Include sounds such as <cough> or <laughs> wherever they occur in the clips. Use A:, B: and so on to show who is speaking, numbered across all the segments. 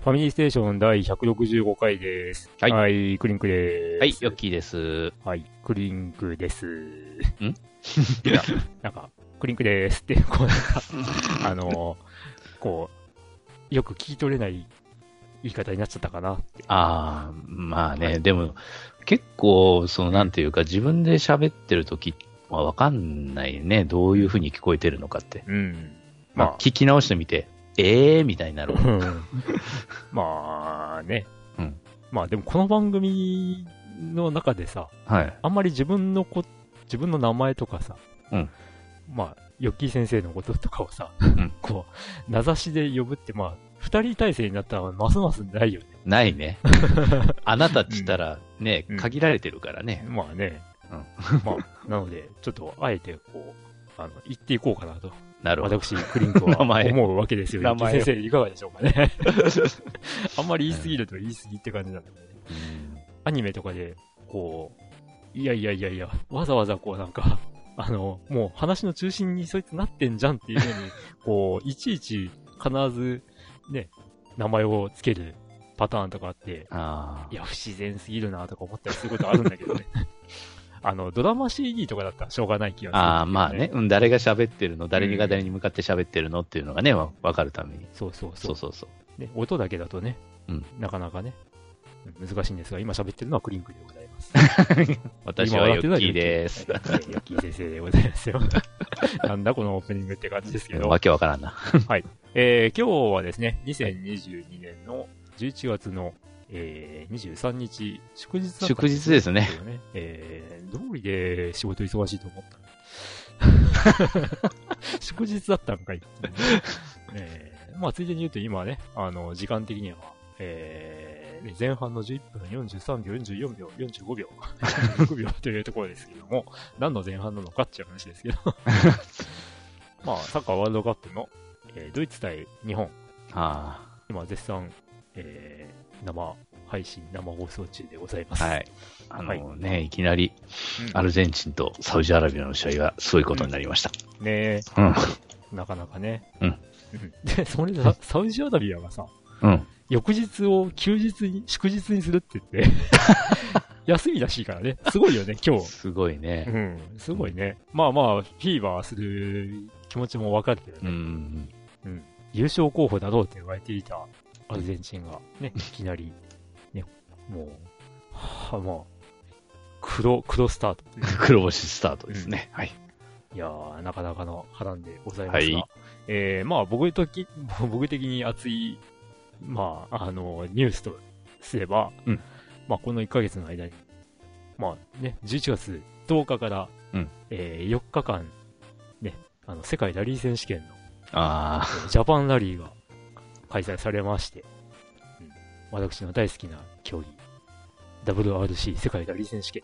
A: ファミリーステーション第165回です。
B: はい
A: クリンクです。
B: はい、ヨッキーです。
A: はい、クリンクです。 <laughs> ん
B: ん
A: なんか、クリンクですって、こう、なんか、
B: <laughs>
A: あのーこう、よく聞き取れない言い方になっちゃったかなって。
B: ああ、まあね、でも、結構、その、なんていうか、自分で喋ってる時はわかんないね。どういう風に聞こえてるのかって。
A: うん。
B: ま
A: ま
B: あ、
A: あ、
B: 聞き直してみて、えーみたいになる。
A: うん <laughs> まあね。
B: うん
A: まあでもこの番組の中でさ、
B: はい。
A: あんまり自分のこ、自分の名前とかさ、
B: うん
A: まあ、ヨッキー先生のこととかをさ、
B: ん
A: <laughs> こう、名指しで呼ぶって、まあ、二人体制になったらますますないよね。
B: ない
A: <laughs>
B: ね。あなたって言ったら、ね
A: うん、
B: 限られてるからね。
A: まあね。
B: うん
A: まあ、なので、ちょっと、あえて、こう、あの、言っていこうかなと、
B: なるほど。
A: 私、クリンクは
B: 名前
A: 思うわけですよ。ヨ
B: 名
A: ッキー
B: 前を
A: 先生、いかがでしょうか
B: <laughs>
A: ね。あんまり言い過ぎると言い過ぎって感じなんだよね。
B: うん
A: アニメとかで、こう、いやいやいやいや、わざわざこうなんか、 <laughs> あの、もう話の中心にそいつなってんじゃんっていうのに、こう、いちいち必ず、ね、名前をつけるパターンとかあって、
B: あ
A: いや、不自然すぎるなとか思ったりすることあるんだけどね。 <laughs> あの、ドラマ CD とかだったらしょうがない気がする、
B: ああー、まあね。。うん、誰が喋ってるの、誰が誰に向かって喋ってるのっていうのがね、わわかるために。
A: そうそうそ
B: そうう。そうそう。
A: ね、音だけだとね、
B: うん
A: なかなかね、うん難しいんですが、今喋ってるのはクリンクでございます。
B: 私はヨッキーです。
A: 今笑ってるのはヨッキーです。ヨッキー先生でございますよ。 <laughs> なんだこのオープニングって感じですけど
B: わ。けわからんな。
A: えー今日はですね、2022年の11月の、えー23日、祝日だったん
B: 祝日ですね。
A: よね。えー、通りで仕事忙しいと思った。
B: <laughs>
A: 祝日だったんかいっていうね。えーまあ、ついでに言うと今ね、あの、時間的には、えーね前半の11分43秒、44秒、45秒、6秒というところですけども、何の前半なのかっていう話ですけど。
B: <laughs>
A: まあ、サッカーワールドカップの、えードイツ対日本、
B: あ
A: 今絶賛、えー生配信、生放送中でございま
B: あ
A: す。
B: はい。あのね、いきなり
A: うん
B: アルゼンチンとサウジアラビアの試合がすごいことになりました。
A: ね
B: うん。
A: え、なかなかね。
B: うん
A: で、それでさサウジアラビアがさ、
B: うん。
A: 翌日を休日に、祝日にするって
B: <laughs>
A: 言って、休みらしいからね。すごいよね、今日。
B: すごいうね。
A: ん、すごいね。まあまあ、フィーバーする気持ちもわかるけど
B: う
A: ね、
B: ん。
A: うん優勝候補だろうって言われていたアルゼンチンが、ね、いきなり、ね、もう、はあ、もう、黒、黒スタートという
B: 黒星スタートですね。はい。
A: いやー、なかなかの波乱でございますが、
B: はい
A: えー、まあ僕とき、 <laughs> 僕的に熱い、まあ、あの、ニュースとすれば、
B: うん
A: まあこの1ヶ月の間に、まあね、11月10日から、
B: うん
A: えー4日間、ね、あの、世界ラリー選手権の
B: あ
A: えージャパンラリーが開催されまして、うん私の大好きな競技、WRC 世界ラリー選手権、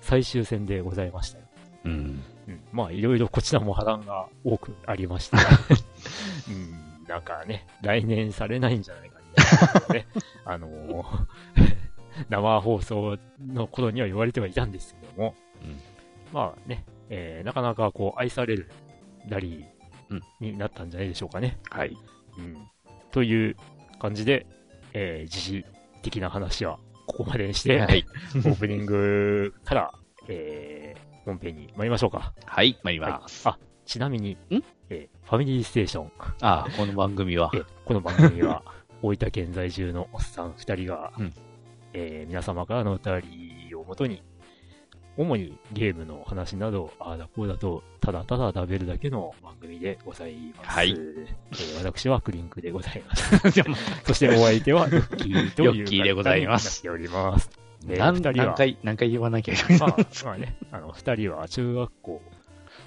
A: 最終戦でございましたよ。
B: あ。うん。
A: うん、まあ、いろいろこちらも波乱が多くありま <laughs> した。うん、なんかね、来年されないんじゃないかみたいなね、 <laughs> あのー生放送の頃には言われてはいたんですけども、
B: うん
A: まあね、えーなかなかこう、愛されるラリ
B: う
A: ー
B: ん
A: になったんじゃないでしょうかね。
B: はい。
A: うん、という感じで、えー、時事的な話はここまでにして、
B: はい
A: オープニングから、えー、本編に参りましょうか。
B: はい、参り
A: はい
B: ます。
A: あ、ちなみに、
B: ん
A: えーファミリーステーション、
B: ああ、この番組は
A: え。ーこの番組は、大分県在住のおっさん二人が、
B: うん
A: えー皆様からのお便りをもとに、主にゲームの話など、ああだこうだと、ただただ食べるだけの番組でございます。
B: はい
A: えー私はクリンクでございます。 <laughs>
B: いやま
A: そしてお相手は、ヨッキーという
B: ヨッキーでございます
A: 方になっております。ね
B: 何
A: 二人は
B: 何回、何回言わなきゃいけない
A: まあ、まあね、あの、二人は中学校、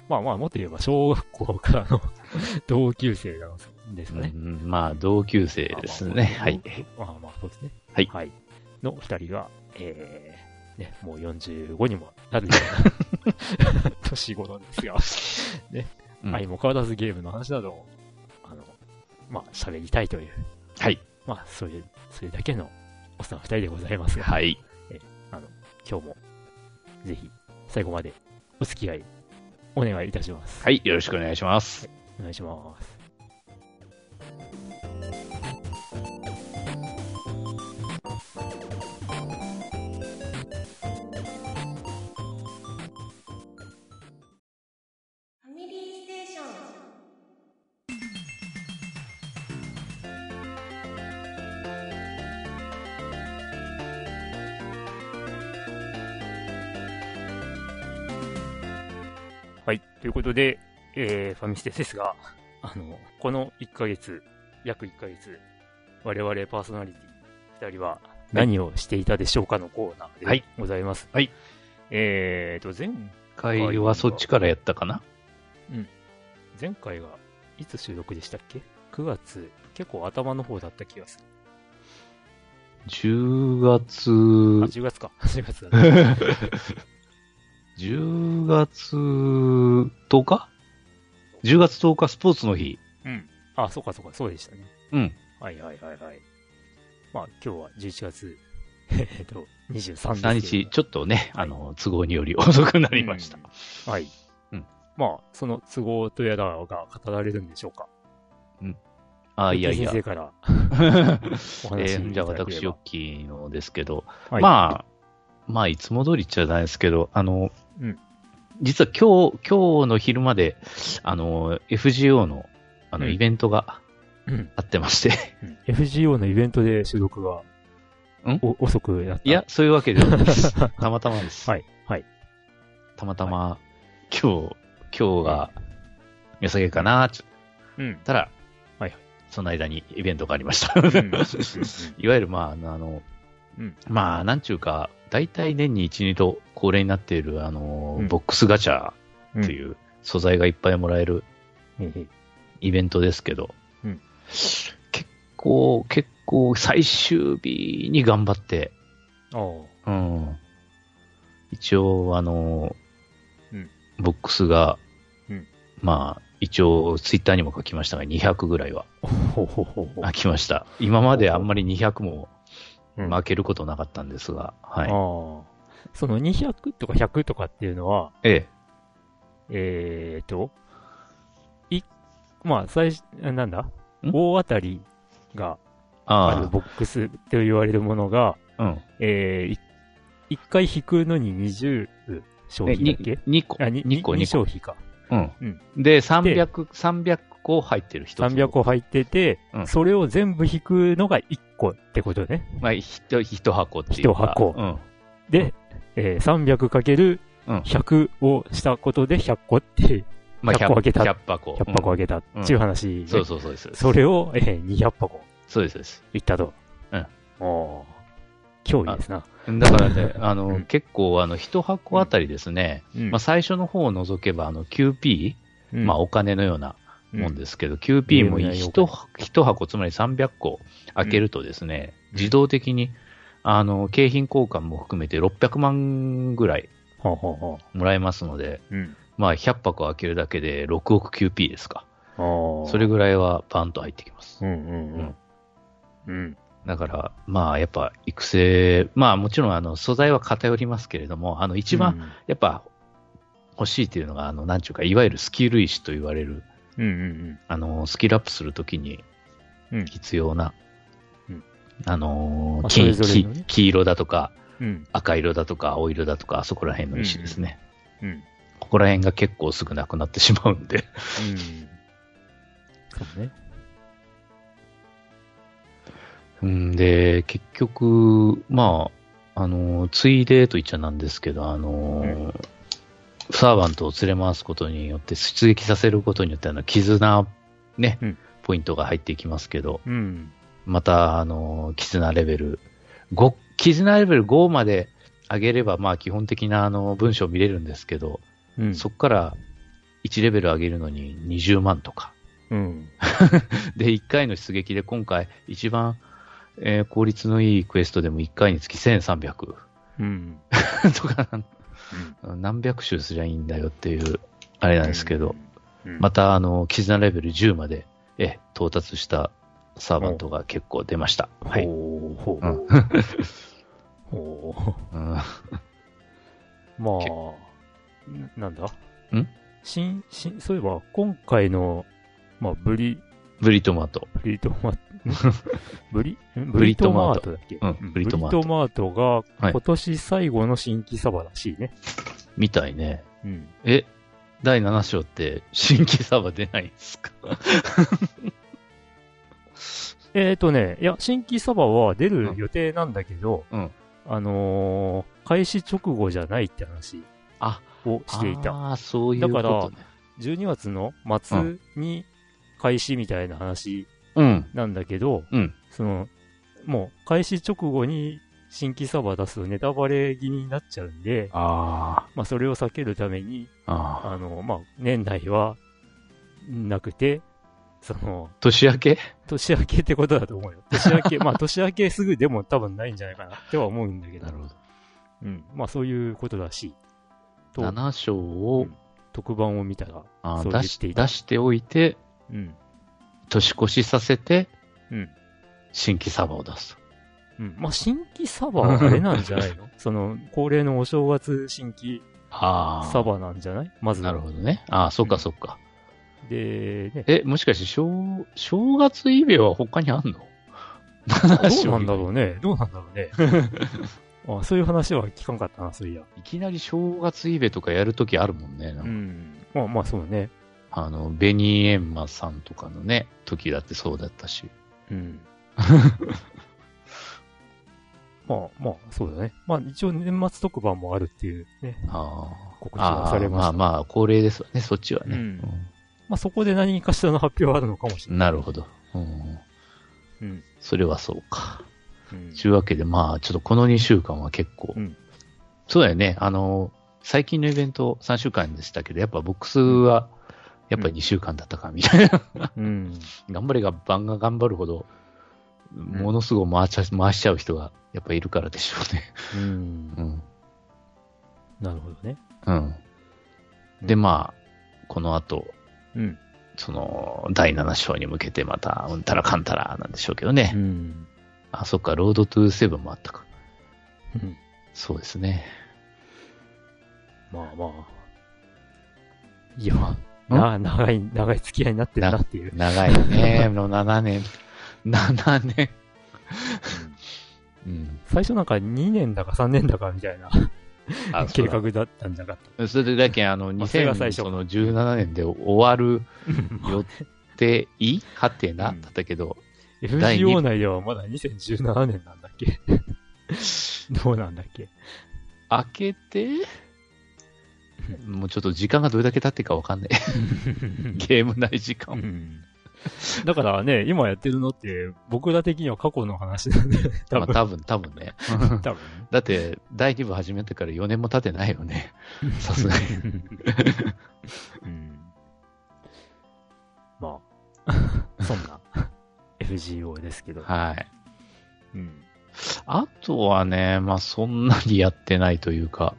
A: まあまあ、もっと言えば小学校からの同級生なんですか
B: う
A: ね。
B: んまあ、同級生ですね。はい。
A: まあまあ、そうですね。
B: はい
A: の二人が、えーね、もう45にもなるよう
B: <laughs>
A: な年頃ですが、ね、
B: うん
A: 相も変わらずゲームの話などを、あの、まあ、喋りたいという、
B: はい。
A: まあ、そういう、それだけのおっさん二人でございますが、
B: はい。
A: 今日も、ぜひ、最後までお付き合い、お願いいたします。
B: はい。よろしくお願いします。
A: お願いします。
C: ファミリーステーション
A: はい。ということで、えー、ファミステですが、あの、この1ヶ月、約1ヶ月、我々パーソナリティ2人は何をしていたでしょうかのコーナー
B: は
A: で
B: い
A: ございます。
B: はい。
A: えーと、前、
B: 会話はそっちからやったかな
A: 前回がいつ収録でしたっけ ?9 月、結構頭の方だった気がする。
B: 10月、
A: あ、10月か。10月 <laughs> だ
B: <laughs>
A: ね。
B: 10月10日 ?10 月10日スポーツの日。
A: うん。あ、そうかそうか、そうでしたね。
B: うん。
A: はいはいはいはい。まあ、今日は11月、 <laughs> えっと、23日。
B: 3日、ちょっとね、あの、都合により遅くなりました。
A: うんはい。
B: うん
A: まあ、その都合とやらが語られるんでしょうか。
B: あ、いやい
A: 先
B: や。
A: 生から。お話
B: <laughs> え
A: しいただければ
B: ーじゃあ私、ヨッキーのですけど、
A: はい
B: まあ、まあ、いつも通りっちゃないですけど、あの、
A: うん
B: 実は今日、今日の昼まで、あの、FGO の、あの、
A: うん
B: イベントが
A: うん
B: あってまして、
A: うん FGO のイベントで収録が、
B: ん
A: お遅くなった。
B: いや、、そういうわけではないです。たまたまです。
A: はい、はい。
B: たまたま、今日、今日が、良さげかな、ちょ
A: うん
B: っ。たら、
A: はい
B: その間にイベントがありました。
A: ん
B: <laughs> いわゆる、まあ、あのあの、
A: うん
B: まあ、なんちゅうか、大体年に1、2度恒例になっている、あの、
A: うん
B: ボックスガチャ
A: うん
B: っていう素材がいっぱいもらえる
A: ええ
B: イベントですけど、
A: うん
B: 結構、結構最終日に頑張って、
A: ああ。
B: うん、一応、あの、
A: うん
B: ボックスが、
A: うん
B: まあ、一応、ツイッターにも書きましたが、200ぐらいは
A: ほうほうほうほう。
B: あきました。今まであんまり200も
A: うん
B: 負けることなかったんですが、は
A: ああ
B: い。。
A: その200とか100とかっていうのは、
B: ええ、
A: えーと、い、まあ、最初、なんだ
B: ん
A: 大当たりがある
B: あ
A: ボックスと言われるものが、
B: あ、うん。
A: えー、い一回引くのに20消
B: え
A: 費だっけ
B: に2個、
A: あ、に
B: 2個、
A: に
B: 2個
A: 消。費か。
B: うん。で、300、300個入ってる一つの。
A: 300個入ってて、
B: うん
A: それを全部引くのが1個ってことね。
B: まあ、ひと一箱っていうか。
A: 一箱
B: うん。
A: で、えー、
B: うん
A: 300×100 をしたことで100個って、
B: まあ、
A: 100個開けた
B: 100箱。
A: 100箱あげたっていう話、
B: うんそうそうそうです。
A: それを、えー、200箱
B: そうです。そうです。
A: いったと。
B: うん。
A: おー。脅威ですな。
B: だからね、あ
A: う
B: の
A: ん、
B: 結構、あの、一箱あたりですね、
A: うん
B: まあ、最初の方を除けば、あの、9P、
A: うん
B: まあ、お金のようなもん
A: うん
B: ですけど、9P も
A: ゲーム内容
B: 一箱一箱、つまり300個開けるとですね、
A: うん
B: 自動的に、あの、景品交換も含めて600万ぐらい
A: ほうほうほ
B: もらえますので、
A: う。うん。
B: まあ、100箱開けるだけで6億 9P ですか。
A: おー
B: それぐらいはバンと入ってきます
A: う。んうんうん。うん。
B: だから、まあ、やっぱ、育成、まあ、もちろん、あの、素材は偏りますけれども、あの、一番、
A: 番、
B: やっぱ、欲しいっていうのが、あの、なんちゅうか、いわゆるスキル石と言われる、
A: うんうん
B: あの、スキルアップするときに
A: うん
B: 必要な、
A: うん
B: あのー
A: まあそ
B: 金
A: れぞれのね
B: 黄黄色だとか、
A: うん。うん
B: 赤色だとか、青色だとか、あそこら辺の石ですね。
A: うん。
B: ここら辺が結構すぐなくなってしまうんで。
A: うん。そうね。
B: うんで、結局、まあ、あの、ついでと言っちゃなんですけど、あの、サーバントを連れ回すことによって、出撃させることによって、あの、絆、ね、
A: うん
B: ポイントが入っていきますけど、
A: うん。
B: また、あの、絆レベル5、絆レベル5まで上げれば、まあ、基本的な、あの、文章見れるんですけど、
A: うん。
B: そこから1レベル上げるのに20万とか。
A: うん。
B: で、1回の出撃で今回、一番、えー効率のいいクエストでも1回につき1300。
A: うん。
B: <laughs> とか、何百周すりゃいいんだよっていう、あれなんですけど、
A: うん。
B: また、あの、絆レベル10まで、え、到達したサーバントが結構出ました。
A: うん、
B: はい。
A: ほう、ほう
B: う、
A: <laughs> ほう。
B: うん
A: ま
B: け
A: あ、んなんだ
B: ん
A: 新、新、そういえば、今回の、まあ、ブリ、
B: ブリトマト。
A: ブリト
B: <laughs>
A: マブリ、んブ
B: ブ
A: リ
B: リ
A: ト
B: ト
A: マ
B: マ
A: ー
B: ー
A: ト
B: ト
A: だっけ
B: うん
A: うんブ
B: ブ
A: リ
B: リ
A: ト
B: ト
A: マ
B: マート
A: ートが、
B: はい
A: 今年最後の新規サバらしいね。
B: みたいね。
A: うん。
B: え、第7章って新規サーバー出ないんですか
A: えっ、ー、とね、いや、新規サバは出る予定なんだけど、
B: うん
A: あのー開始直後じゃないって話
B: あ
A: をしていた。
B: ああ、そういうことね。
A: 12月の末に開始みたいな話
B: うん。
A: なんだけど、
B: うん
A: その、もう開始直後に新規サバ出すとネタバレ気になっちゃうんで、
B: あ
A: まあそれを避けるために、
B: あ。ああ。
A: あの、まあ年内はなくて、その、
B: 年明け
A: 年明けってことだと
B: <laughs>
A: 思うよ。年明け、まあ年明けすぐでも多分ないんじゃないかなっては思うんだけど。
B: なるほど。
A: うん。まあそういうことらしい。と、
B: 7章を、
A: うん特番を見たら。
B: あー
A: そう言
B: 出
A: っ
B: してて
A: いた
B: 出しておいて、
A: うん。
B: 年越しさせて、
A: うん。
B: 新規サーバーを出すと。
A: うん。まあ新規サバはあれなんじゃない
B: <laughs>
A: のその、恒例のお正月新規
B: ああ。
A: サバなんじゃないまずは
B: なるほどね。ああ、そ
A: う
B: っ
A: ん
B: かそっか。
A: で、ね、
B: え、もしかして、正、正月イベは他にあんの ?7
A: どう
B: 章。
A: なんだろうね。どうなんだろうね。
B: <laughs>
A: あそういう話は聞かんかったな、そういや。
B: いきなり正月イベとかやるときあるもんね。なんか
A: ん。まあまあ、そうね。
B: あの、ベニーエンマさんとかのね、時だってそうだったし。
A: うん。 <laughs> まあまあ、そうだね。まあ一応年末特番もあるっていうね。
B: あー
A: 告知がされました
B: あーまあまあ、恒例ですわね、そっちはね。
A: うん
B: うん
A: まあそこで何かしらの発表はあるのかもしれない。
B: なるほど。うん。
A: うん。
B: それはそうか。
A: うん
B: ちゅうわけで、まあ、ちょっとこの2週間は結構、
A: うん
B: そうだよね、あの、最近のイベント3週間でしたけど、やっぱボックスは、やっぱり2週間だったか、みたいな。
A: うん。
B: 頑張れが、番が頑張るほど、ものすごい回しちゃ回しちゃう人が、やっぱいるからでしょうね。
A: うん
B: う。ん。
A: なるほどね。
B: うん。で、まあ、この後、
A: うん。
B: その、第7章に向けてまた、うんたらかんたらなんでしょうけどね。
A: うん。
B: あ、そっか、ロードトゥーセブンもあったか。
A: うん
B: そうですね。
A: まあまあ。いや、な、長い、長い付き合いになってるなっていう。
B: 長いね。
A: <laughs>
B: もう7年。7年。うん。
A: 最初なんか2年だか3年だかみたいな <laughs>
B: あ、
A: 計
B: 計
A: 画
B: 画。
A: だったんじゃなかった。
B: それだけ、あの、
A: まあそれが最初
B: 2017年で終
A: <laughs>
B: わる予定いはてな
A: うん
B: だったけど、第二
A: FGO 内ではまだ2017年なんだっけ <laughs> どうなんだっけ
B: 明けて、もうちょっと時間がどれだけ経ってるかわかんない。ゲーム内時間
A: う
B: も。
A: んだからね、今やってるのって、僕ら的には過去の話なんで、多
B: まあ
A: 分、
B: 多分、多
A: <laughs>
B: 分ね。
A: 多分。
B: だって、第2部始めてから4年も経ってないよね。さすがに。
A: うんま <laughs> あ、そんな FGO ですけど。
B: はい。
A: うん
B: あとはね、まあそんなにやってないというか、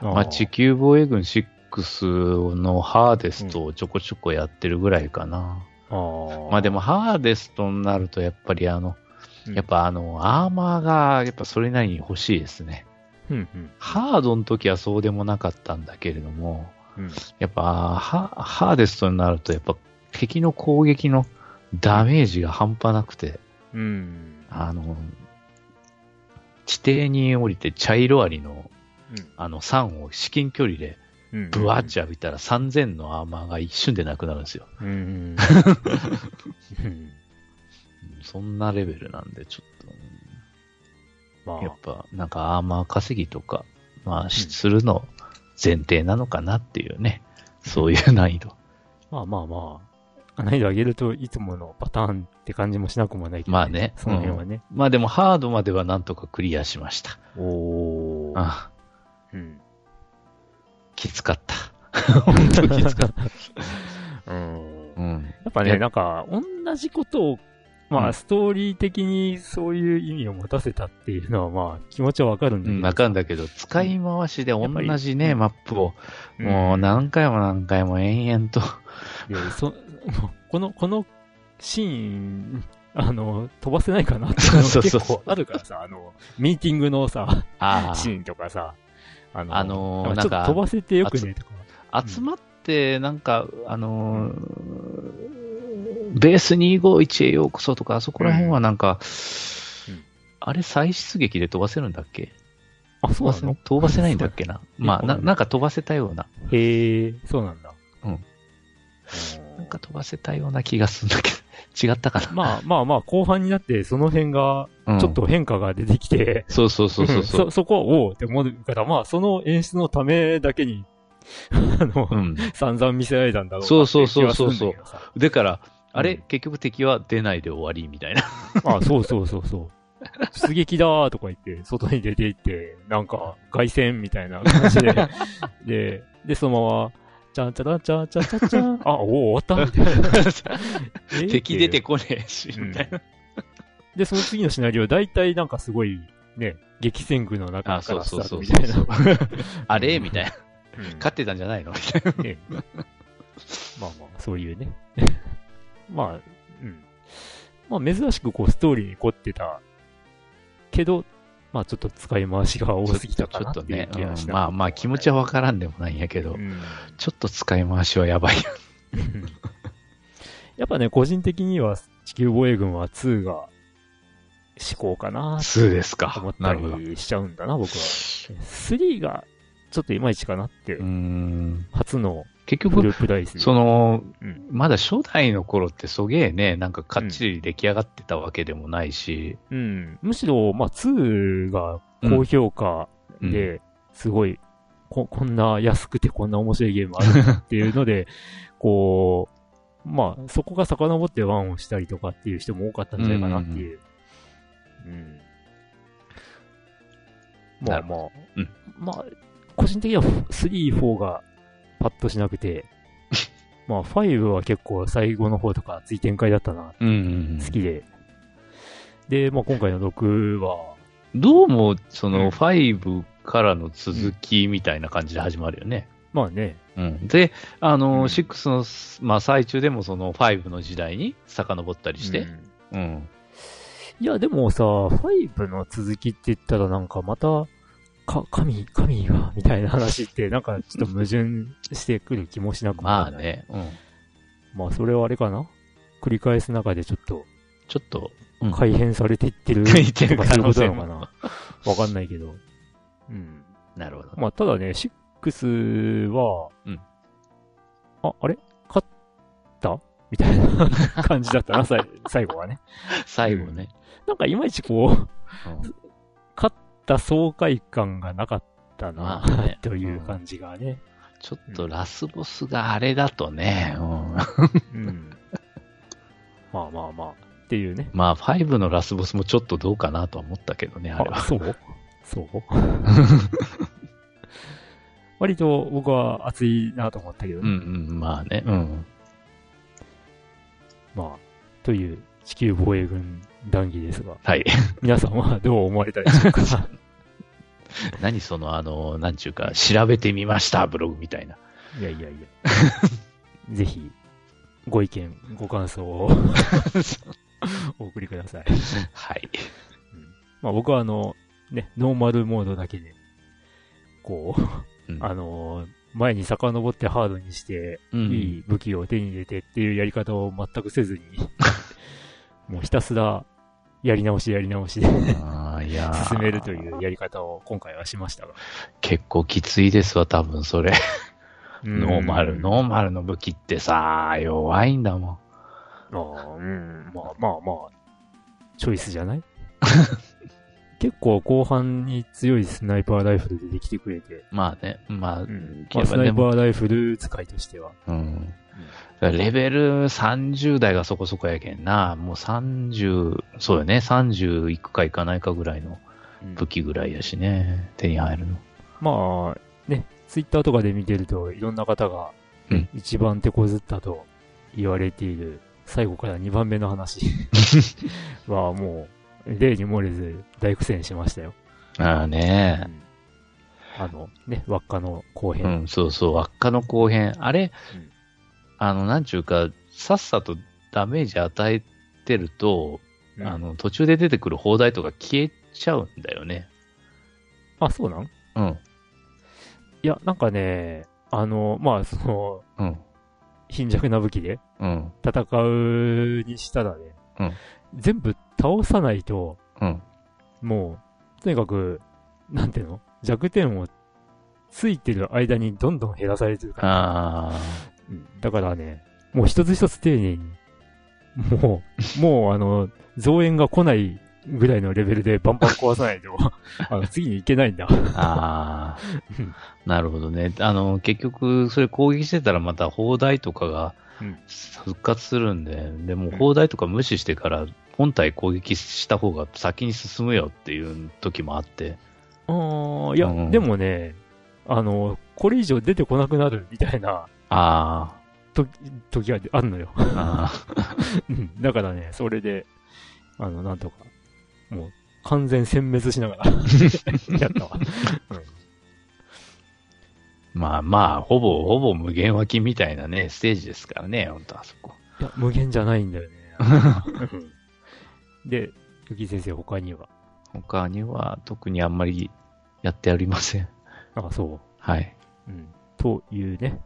B: まあ
A: ー
B: 地球防衛軍6のハーデストをちょこちょこやってるぐらいかな。
A: あー
B: まあでもハーデストになるとやっぱりあの、
A: うん
B: やっぱあの、アーマーがやっぱそれなりに欲しいですね。
A: うんうん
B: ハードの時はそうでもなかったんだけれども、
A: うん
B: やっぱハ、ハーデストになるとやっぱ敵の攻撃のダメージが半端なくて、
A: うん。
B: あの、地底に降りて茶色アリの、
A: うん
B: あの、酸を至近距離で
A: うん
B: ブワッチ浴びたら3000のアーマーが一瞬でなくなるんですよ。
A: うんうん
B: うんそんなレベルなんで、ちょっと
A: ま
B: うん、やっ
A: あ、
B: ぱ、なんかアーマー稼ぎとか、まあ、しするの前提なのかなっていうね。そういう難易度。
A: まあまあまあ、難易度上げるといつものパターンって感じもしなくもないけど、
B: まあね
A: その辺はね。
B: まあでも、ハードまではなんとかクリアしました。
A: おー。
B: あ
A: うん。
B: きつかった。本当きつかった。
A: うん。
B: うん。
A: やっぱ
B: い
A: ね、
B: や
A: なんか、同じことをま
B: う
A: あ、
B: ん
A: ストーリー的にそういう意味を持たせたっていうのは、まあ、気持ちはわかるんだ
B: う
A: けど。
B: ん、わかるんだけど、使い回しで同じね、
A: うん
B: マップを、
A: うん
B: もう何回も何回も延々と、
A: でそもうこの、このシーン、あの、飛ばせないかなっていうのが
B: そうそう
A: 結
B: そう
A: 構あるからさ、あの、ミーティングのさ、
B: あ
A: シーンとかさ、あの、
B: あのー
A: なんかちょっ
B: なん
A: と
B: か
A: 飛ばせてよくねとか。
B: あ、集まって、なんか、あのーベース251へようこそとか、あそこら辺はなんか、
A: うん
B: あれ再出撃で飛ばせるんだっけ
A: あ、
B: 飛
A: そう
B: ば
A: な
B: せ
A: の
B: 飛ばせないんだっけな
A: う
B: まあな、
A: うん
B: なんか飛ばせたような、
A: へえ、そうなんだ。
B: うん
A: う
B: なん
A: ん
B: か飛ばせたような気がするんだけど、 <laughs> 違ったかな、
A: まあまあまあ、後半になって、その辺が、
B: うん
A: ちょっと変化が出てきて、
B: そうそうそうそううんそう
A: そ、そこは、おうって思うから、まあ、その演出のためだけに、 <laughs> あの、
B: うん。
A: 散々見せられたんだろうな
B: そうそうそうそう
A: っていう気はするんだ
B: だから、あれ、
A: うん
B: 結局敵は出ないで終わりみたいな。
A: <laughs> けどさ。あ、そうそうそうそう。出撃だーとか言って、外に出て行って、なんか、外線みたいな感じ
B: <laughs>
A: で、で、で、そのまま、ちゃんちゃらちゃんちゃんちゃんちゃん、あ、おお終
B: <laughs>
A: わったみたいな。え
B: 敵出てこねえし、みたいな。
A: で、その次のシナリオ、大体なんかすごい、ね、激戦区の中
B: あ、
A: か
B: そう
A: らス
B: そ
A: ター
B: うそ
A: ト
B: う
A: み
B: そ
A: たいうな。
B: そう。あれみたいな。
A: うん
B: 勝ってたんじゃないのみたい <laughs>
A: ね、まあまあ、そういうね。 <laughs> まあ、うん。まあ、珍しくこう、ストーリーに凝ってたけど、まあ、ちょっと使い回しが多
B: な。
A: すぎたか
B: ちょ
A: な
B: っ
A: って
B: と
A: いう
B: ね、
A: 気がし
B: うん
A: た、
B: まあまあ気持ちはわからんでもないんやけ
A: う
B: ど、
A: ん
B: ちょっと使い回しはやばいよ。
A: やっぱね、個人的には、地球防衛軍は2が、思考かなって
B: 2です
A: <laughs> 思
B: か
A: っ。
B: な
A: た
B: るほど。う
A: りしちゃうんだな、僕は。3が、ちょっといまいちかなって
B: ー、ん。
A: 初の
B: 結
A: グ
B: 局、
A: ループダイス。
B: その
A: うん、
B: まだ初代の頃ってそげえね、なんかかっちり出来上がってたわけでもないし、
A: うん。むしろ、まあ、2が高評価
B: うん
A: で、すごい、こ、こんな安くてこんな面白いゲームあるんだっていうので、こう、まあ、そこが遡ってワンをしたりとかっていう人も多かったんじゃないかなっていう。うん。ま
B: な
A: あ
B: る
A: まあ、
B: うん
A: まあ、個人的には3、4がパッとしなくて、まあ5は結構最後の方とか熱い展開だったな
B: うんうん
A: 好きで。で、まあ、今回の6は、
B: どうも、そ
A: うん
B: の、5からの続きみたいな感じで始まるよね。
A: まあね、
B: うん、で、あ
A: うん
B: の、6の、まあ、最中でも、その、5の時代に遡ったりし
A: う
B: て、
A: ん
B: うん。
A: いや、でもさ、5の続きって言ったらなんかまた、か、神、神は、みたいな話って、なんかちょっと矛盾してくる気もしなくも
B: ま
A: な
B: あ
A: い。
B: ね、うん。
A: まあ、それはあれかな繰り返す中でちょっと
B: ちょっと、うん
A: 改変されていって
B: <laughs>
A: る。
B: 改
A: と
B: 変
A: かそういうことなのか
B: 可能性も
A: なわかんないけど。うん。
B: なるほど。
A: まあ、ただね、6は、
B: うん
A: あ、あれ勝ったみたいな感じだったな、さい <laughs> 最後はね。
B: 最後ね。
A: なんかいまいちこう、
B: うん
A: 勝った爽快感がなかったな
B: まあね、
A: という感じがね。
B: ちょっと、ラスボスがあれだとね、うん。
A: うん。まあまあまあ、っていうね。
B: まあ、5のラスボスもちょっとどうかなとは思ったけどね、あれ
A: あ、
B: は。
A: そう <laughs> そう割と僕は熱いなと思ったけど
B: う
A: ね。
B: んうん、まあね、うん。
A: まあ、という地球防衛軍談義ですが。 <laughs>
B: はい。
A: 皆さんはどう思われたでしょうか
B: 何その、あの、なんちゅうか、調べてみました、ブログみたいな。
A: <laughs> いやいやいや。 <laughs> ぜひ、ご意見、ご感想 <laughs> をお送りください。
B: はい。
A: まあ僕はあの、ね、ノーマルモードだけで、こう、
B: うん
A: あのー前に遡ってハードにして、
B: うん
A: いい武器を手に入れてっていうやり方を全くせ
B: <laughs>
A: ずに、もうひたすら、やり直しやり直しで <laughs>
B: ああ、いやー
A: 進めるというやり方を今回はしましたが。
B: 結構きついですわ、多分それ。ノーマル、ノーマルの武器ってさ、弱いんだもん。
A: ああ、うん、まあまあまあ、チョイスじゃ
B: <laughs>
A: ない結構後半に強いスナイパーライフルでできてくれて、
B: まあね、まあ、
A: ん
B: やっ
A: ス
B: ぱ
A: ナ
B: ね
A: イパーライフル使いとしては。
B: うん。だからレベル30代がそこそこやけんな。もう30、そうよね、30いくかいかないかぐらいの武器ぐらいやしね、手に入るの。
A: まあ、ね、ツイッターとかで見てると、いろんな方が
B: うん、
A: 一番手こずったと言われている、最後から2番目の話
B: <laughs>
A: はもう、例に漏れず大苦戦しましたよ。
B: ああね
A: うんあの、ね、輪っかの後
B: え。
A: 編。
B: うん、そうそう、輪っかの後編。あれ、
A: うん
B: あの、なんちゅうか、さっさとダメージ与えてると、
A: うん
B: あの、途中で出てくる砲台とか消えちゃうんだよね。
A: あ、そうなん
B: うん、
A: いや、なんかね、あの、まあ、その、
B: うん、
A: 貧弱な武器で
B: うん、
A: 戦うにしたらね、
B: うん
A: 全部倒さないと、
B: うん。
A: もう、とにかく、なんていうの弱点をついてる間にどんどん減らされてるから。
B: あ
A: うんだからね、もう一つ一つ丁寧に、も <laughs> う、もうあの、増援が来ないぐらいのレベルでバンバン壊さないと、 <laughs> あの、次に行けないんだ。
B: あ、ああ、なるほどね。あの、結局、それ攻撃してたらまた砲台とかが
A: うん
B: 復活するんで、でも
A: ん
B: 砲台とか無視してから本体攻撃した方が先に進むよっていう時もあって、
A: あーいや、
B: うん
A: でもね、あの、これ以上出てこなくなるみたいな
B: あ
A: 時、時があんのよ。
B: あ、あ
A: うんだからね、それで、あの、なんとか、もう、完全殲滅しながら、 <laughs> やったわ。
B: ーまあまあ、ほぼほぼ無限脇みたいなね、ステージですからね、本当あそこ。
A: いや、無限じゃないんだよね。うんで、ゆき先生他には。
B: 他には特にあんまりやってありません。
A: あ、そ
B: はい。
A: う。うん。というね、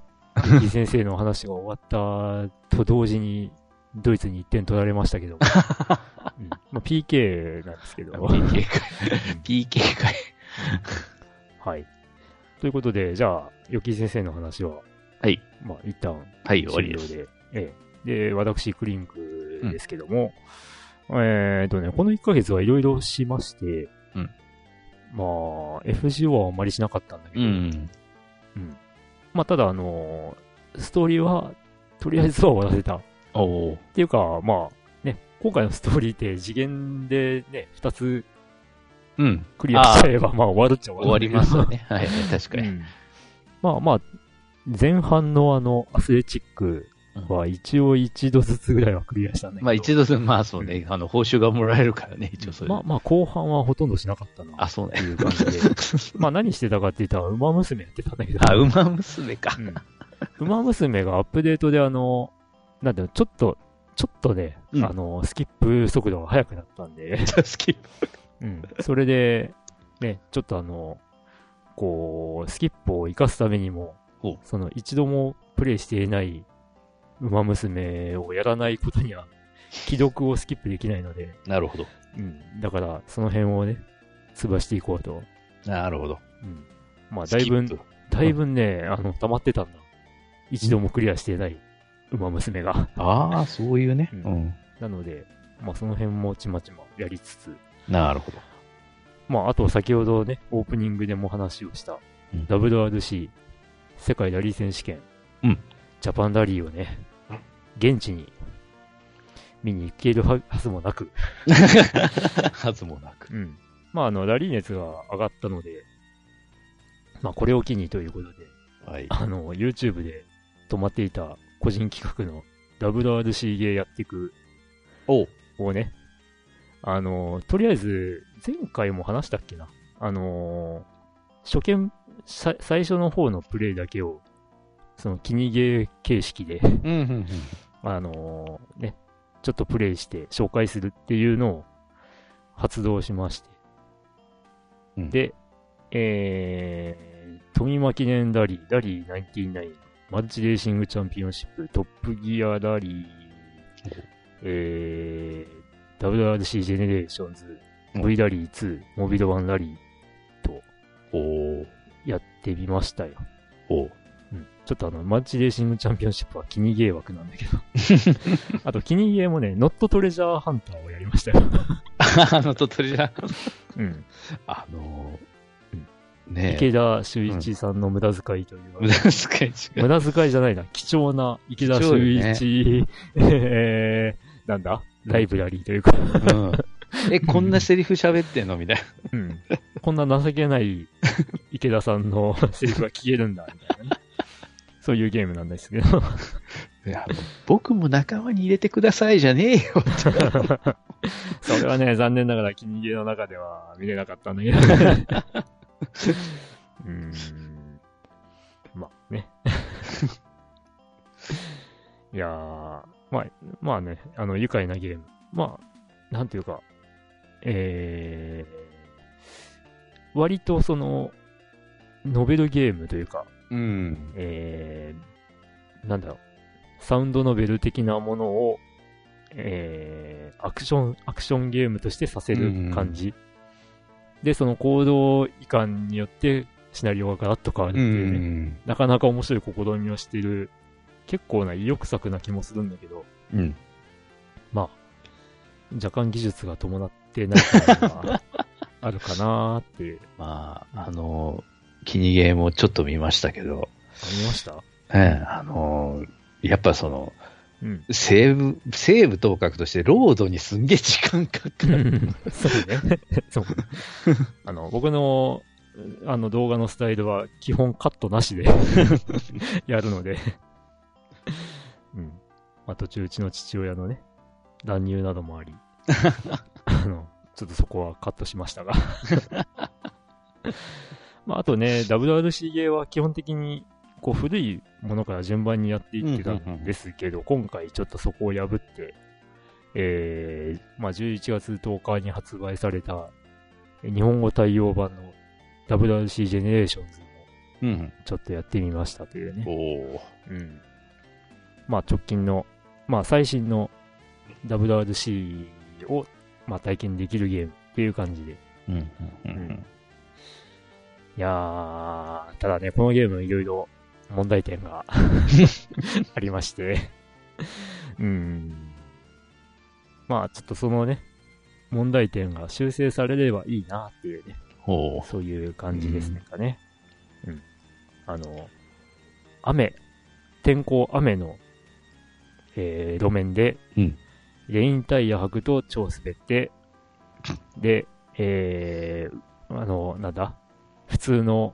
A: ゆき先生の話が終わったと同時に、ドイツに1点取られましたけど。うんまあ、PK なんですけど。
B: PK 会。PK 会。
A: はい。ということで、じゃあ、よき先生の話は、
B: はい。
A: まあ、一旦
B: はい、終わ
A: 終
B: りで
A: 了
B: す。
A: で、ええ。で、私、クリンクですけども、えーとね、この1ヶ月はいろいろしまして、
B: うん
A: まあ、FGO はあんまりしなかったんだけ
B: う
A: ど、
B: ん。
A: うんまあ、ただ、あのーストーリーは、とりあえずは終わらせた。っ
B: おお。
A: ていうか、まあ、ね、今回のストーリーって次元でね、2つ
B: うん。
A: クリアしちゃえば、まあ、終わるっちゃ
B: 終わります
A: ね
B: よ <laughs> ね。はい、確かに。
A: うんまあまあ、前半のあの、アスレチックは一応一度ずつぐらいはクリアしたんだけど。
B: まあ一度で、まあそうね、あの、報酬がもらえるからね、一応それ。
A: まあまあ後半はほとんどしなかったな。
B: あ、そう
A: って
B: ね。
A: いう感じで。まあ何してたかって言ったら、馬娘やってたんだけど。
B: <laughs> あ、馬娘か <laughs>
A: う。ん馬娘がアップデートであの、なんていうの、ちょっと、ちょっとね、
B: うん
A: あの、スキップ速度が速くなったんで、
B: 好き。
A: うん。それで、ね、ちょっとあの、こう、スキップを生かすためにも
B: ほう、
A: その一度もプレイしていない馬娘をやらないことには、既読をスキップできないので、
B: なるほど。
A: うん。だから、その辺をね、潰していこうと。
B: なるほど。
A: うん。まあ、だいぶ
B: スキッ、プ
A: だいぶね、あの、溜まってたんだ。一度もクリアしていない馬娘が。
B: ああ、そういうね。
A: う
B: うんん。
A: なので、まあ、その辺もちまちまやりつつ、
B: なるほど。
A: まあ、あと先ほどね、オープニングでも話をした、
B: うん
A: WRC、世界ラリー選手権、
B: うん
A: ジャパンラリーをね、現地に見に行けるははずもなく、
B: はずもなく。
A: まあ、あの、ラリー熱が上がったので、まあ、これを機にということで、
B: はい。
A: あの、YouTube で止まっていた個人企画の WRC ゲーやっていく
B: おう。
A: をね、あの、とりあえず、前回も話したっけな。あの、初見、さ最初の方のプレイだけを、その、気にゲー形式で、
B: うん、うん、うん。
A: あの、ね、ちょっとプレイして紹介するっていうのを発動しまして。
B: うん
A: で、えー、富間記念ラリー、ラリー99、マルチレーシングチャンピオンシップ、トップギアラリー、えー、WRC ジェネレーションズ、
B: うん
A: V ラリー2、モビルワンラリーと
B: おう。
A: やってみましたよ。
B: おう。
A: うんちょっとあの、マルチレーシングチャンピオンシップはキニゲー枠なんだけど。あと、キニゲーもね、ノットトレジャーハンターをやりましたよ。
B: <laughs> あの、鳥取じゃ、
A: うん。
B: あの
A: う
B: ー
A: ん、
B: ねえ。
A: 池田修一さんの無駄遣いという、
B: 無駄遣い
A: <laughs>
B: 違
A: 無
B: う。
A: 駄遣いじゃないな、貴重な池田修一、 <laughs> えー、なんだ、ライブラリーというか、
B: うん。 <laughs> え、こんなセリフ喋ってんのみたい
A: う
B: な。
A: ん、こんな情け <laughs> ない池田さんのセリフが消えるんだ、みたいなね。そういうゲームなんですけど、
B: いや僕も仲間に入れてくださいじゃねえよって。
A: それはね、残念ながら、気に入りの中では見れなかったんだけど。うん。まあね。 <laughs> いやー、まあ、まあね、あの、愉快なゲーム。まあ、なんていうか、えー、割とその、ノベルゲームというか、
B: うん。
A: えー、なんだろう、サウンドノベル的なものを、えー、アクション、アクションゲームとしてさせる感じ。で、その行動移管によって、シナリオがガラッと変わるっ
B: う
A: ていうね、
B: ん。
A: なかなか面白い試みをしてる、結構な意欲作な気もするんだけど、
B: うん。
A: まあ、若干技術が伴ってない感じがあるかなーっていう。
B: まあ、あの、キニゲーもちょっと見ましたけど、
A: ありました
B: ええ、あの、やっぱその、
A: うん。
B: 西部、西部当格としてロードにすんげえ時間か
A: <laughs>
B: かる。
A: そうね。そう。あの、僕の、あの動画のスタイルは基本カットなしで <laughs> やるので、うん。まあ途中うちの父親のね、乱入などもあり、あの、ちょっとそこはカットしましたが。まああとね、WRC ゲーは基本的にこう古いものから順番にやっていってた
B: うんうんうん
A: んですけど、今回ちょっとそこを破って、えー、まあ、11月10日に発売された、え日本語対応版の WRC ジェネレーションズも
B: うん。
A: ちょっとやってみましたというね。う
B: お
A: ん。まあ、直近の、まあ、最新の WRC を、まあ、体験できるゲームっていう感じで。
B: うんうんうん
A: いやー、ただね、このゲームいろいろ問題点が <laughs> ありまして、うん。まあ、ちょっとそのね、問題点が修正されればいいなっていうね、
B: おー
A: そういう感じですねかね。うん。あの、雨、天候雨の、えー路面で、
B: うん
A: レインタイヤ履くと超滑って、で、えーあの、なんだ、普通の、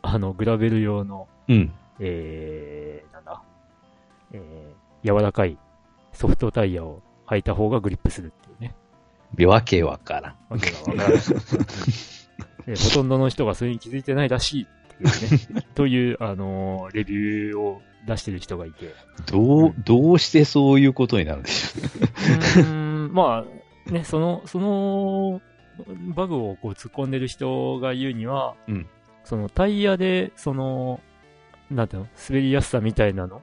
A: あの、グラベル用の、
B: うん。
A: えーなんだ、えー柔らかいソフトタイヤを履いた方がグリップするっていうね。
B: わけわからん。
A: わけがわ <laughs> からないでほとんどの人がそれに気づいてないらしい <laughs> っていうね。という、あのーレビューを出してる人がいて。う
B: どう、どうしてそういうことになるんでしょ
A: ーん、まあ、ね、その、その、バグをこう突っ込んでる人が言うには、
B: うん
A: そのタイヤで、その、なんていうの、滑りやすさみたいなの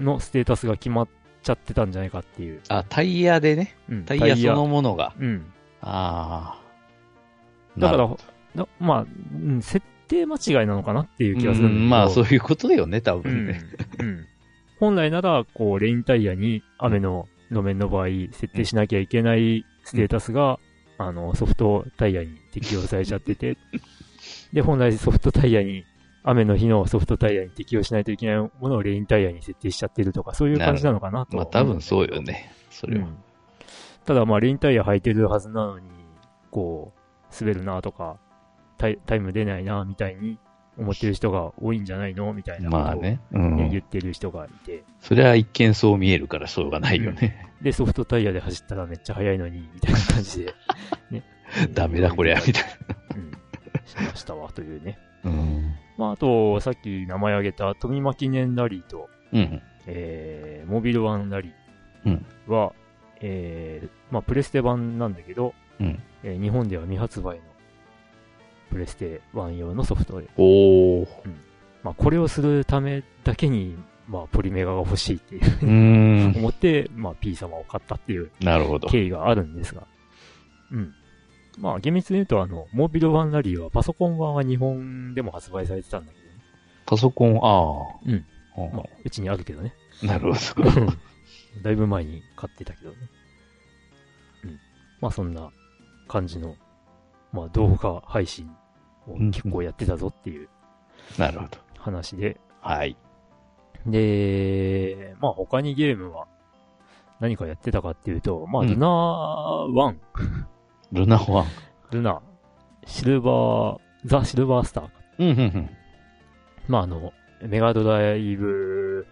A: のステータスが決まっちゃってたんじゃないかっていう。
B: う。あ、タイヤでね。
A: うん
B: タイヤそのものが。
A: うん。
B: ああ。
A: だから
B: なるほど、
A: なまあ、うん設定間違いなのかなっていう気がす
B: う
A: るんだけど。
B: んまあそういうことよね、多
A: う
B: 分ね。
A: ん。うん本来なら、こう、レインタイヤに雨の路面の場合、設定しなきゃいけないステータスが、あの、ソフトタイヤに適用されちゃってて、で、本来ソフトタイヤに、雨の日のソフトタイヤに適用しないといけないものをレインタイヤに設定しちゃってるとか、そういう感じなのかなと。
B: まあ多分そうよね。それ
A: う
B: は。
A: んただまあ、レインタイヤ履いてるはずなのに、こう、滑るなとか、タイタイム出ないな、みたいに思ってる人が多いんじゃないのみたいなことを。
B: まあね。う
A: ね
B: ん
A: 言。ってる人がいて、
B: それは一見そう見えるからしょうがないよね。。
A: で、ソフトタイヤで走ったらめっちゃ速いのに、みたいな感じで、ね
B: ダメだこりゃ、みたい
A: うん。 <laughs> しましたわ、というね。
B: な。うん。
A: まあ、あと、さっき名前挙げた、富間記念ラリーと、
B: うん。
A: えー、モビルワンラリ
B: うん
A: ーは、えー、まあ、プレステ版なんだけど、
B: うん
A: えー日本では未発売の、プレステ1用のソフトで、
B: おー。
A: まあ、これをするためだけに、まあ、ポリメガが欲しいっていうう、
B: ーん。
A: 思って、まあ、P 様を買ったっていう
B: なるほど。
A: 経緯があるんですが。うん。まあ、厳密に言うと、あの、モービルワンラリーはパソコン版は日本でも発売されてたんだけどね。
B: パソコン、ああ。
A: うん
B: あ
A: まあ、うちにあるけどね。
B: あ。なるほ
A: <laughs>
B: ど。
A: だいぶ前に買ってたけどね。うん。まあ、そんな感じの、まあ、動画配信を結構やってたぞっていう
B: なるほど。
A: 話で。
B: はい。
A: で、まあ、他にゲームは何かやってたかっていうと、まあ、
B: うん
A: ルナ1、ン
B: ルナワン。
A: ルナ、シルバー、ザ・シルバースターか
B: うん、うん、
A: まあ、あの、メガドライブ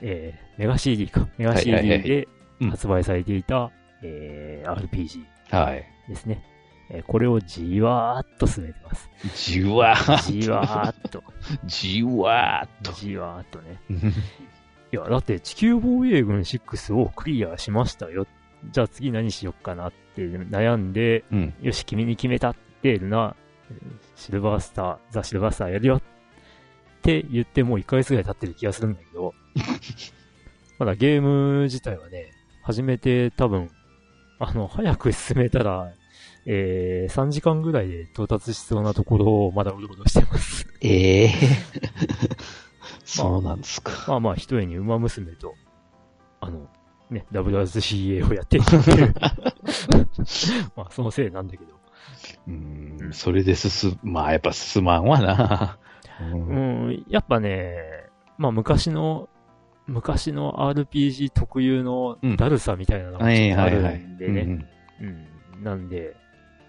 A: えーメガ CD か。メガ
B: はい
A: CD
B: はいはいはい
A: で
B: うん
A: 発売されていた、えー RPG
B: はい。
A: ですね。えーこれをじわーっと進めてます。
B: じわ <laughs> ーっ
A: じわーっと。
B: と。じわーっ
A: じわーっとね。
B: と。
A: いや、だって地球防衛軍6をクリアしましたよ。じゃあ次何しよっかなって悩んで、
B: うん。
A: よし、君に決めたって、ルナ、えーシルバースター、ザ・シルバースターやるよって言ってもう1ヶ月ぐらい経ってる気がするんだけど、まだゲーム自体はね、始めて多分、あの、早く進めたら、えー、3時間ぐらいで到達しそうなところをまだうろうろしてます。
B: ええ <laughs> そうなんですか。
A: まあまあ、一重に馬娘と、あの、ね、WSCA をやっているって
B: <laughs>
A: いう。まあ、そのせいなんだけど。
B: うん、それで進む、まあやっぱ進まんわな。うん
A: うん、やっぱね、まあ昔の、昔の RPG 特有の
B: うん
A: だるさみたいなのが
B: は
A: ち
B: い
A: ょっと
B: は
A: あ
B: いは
A: る
B: い。
A: ん
B: う
A: でね。
B: ん
A: うんなんで、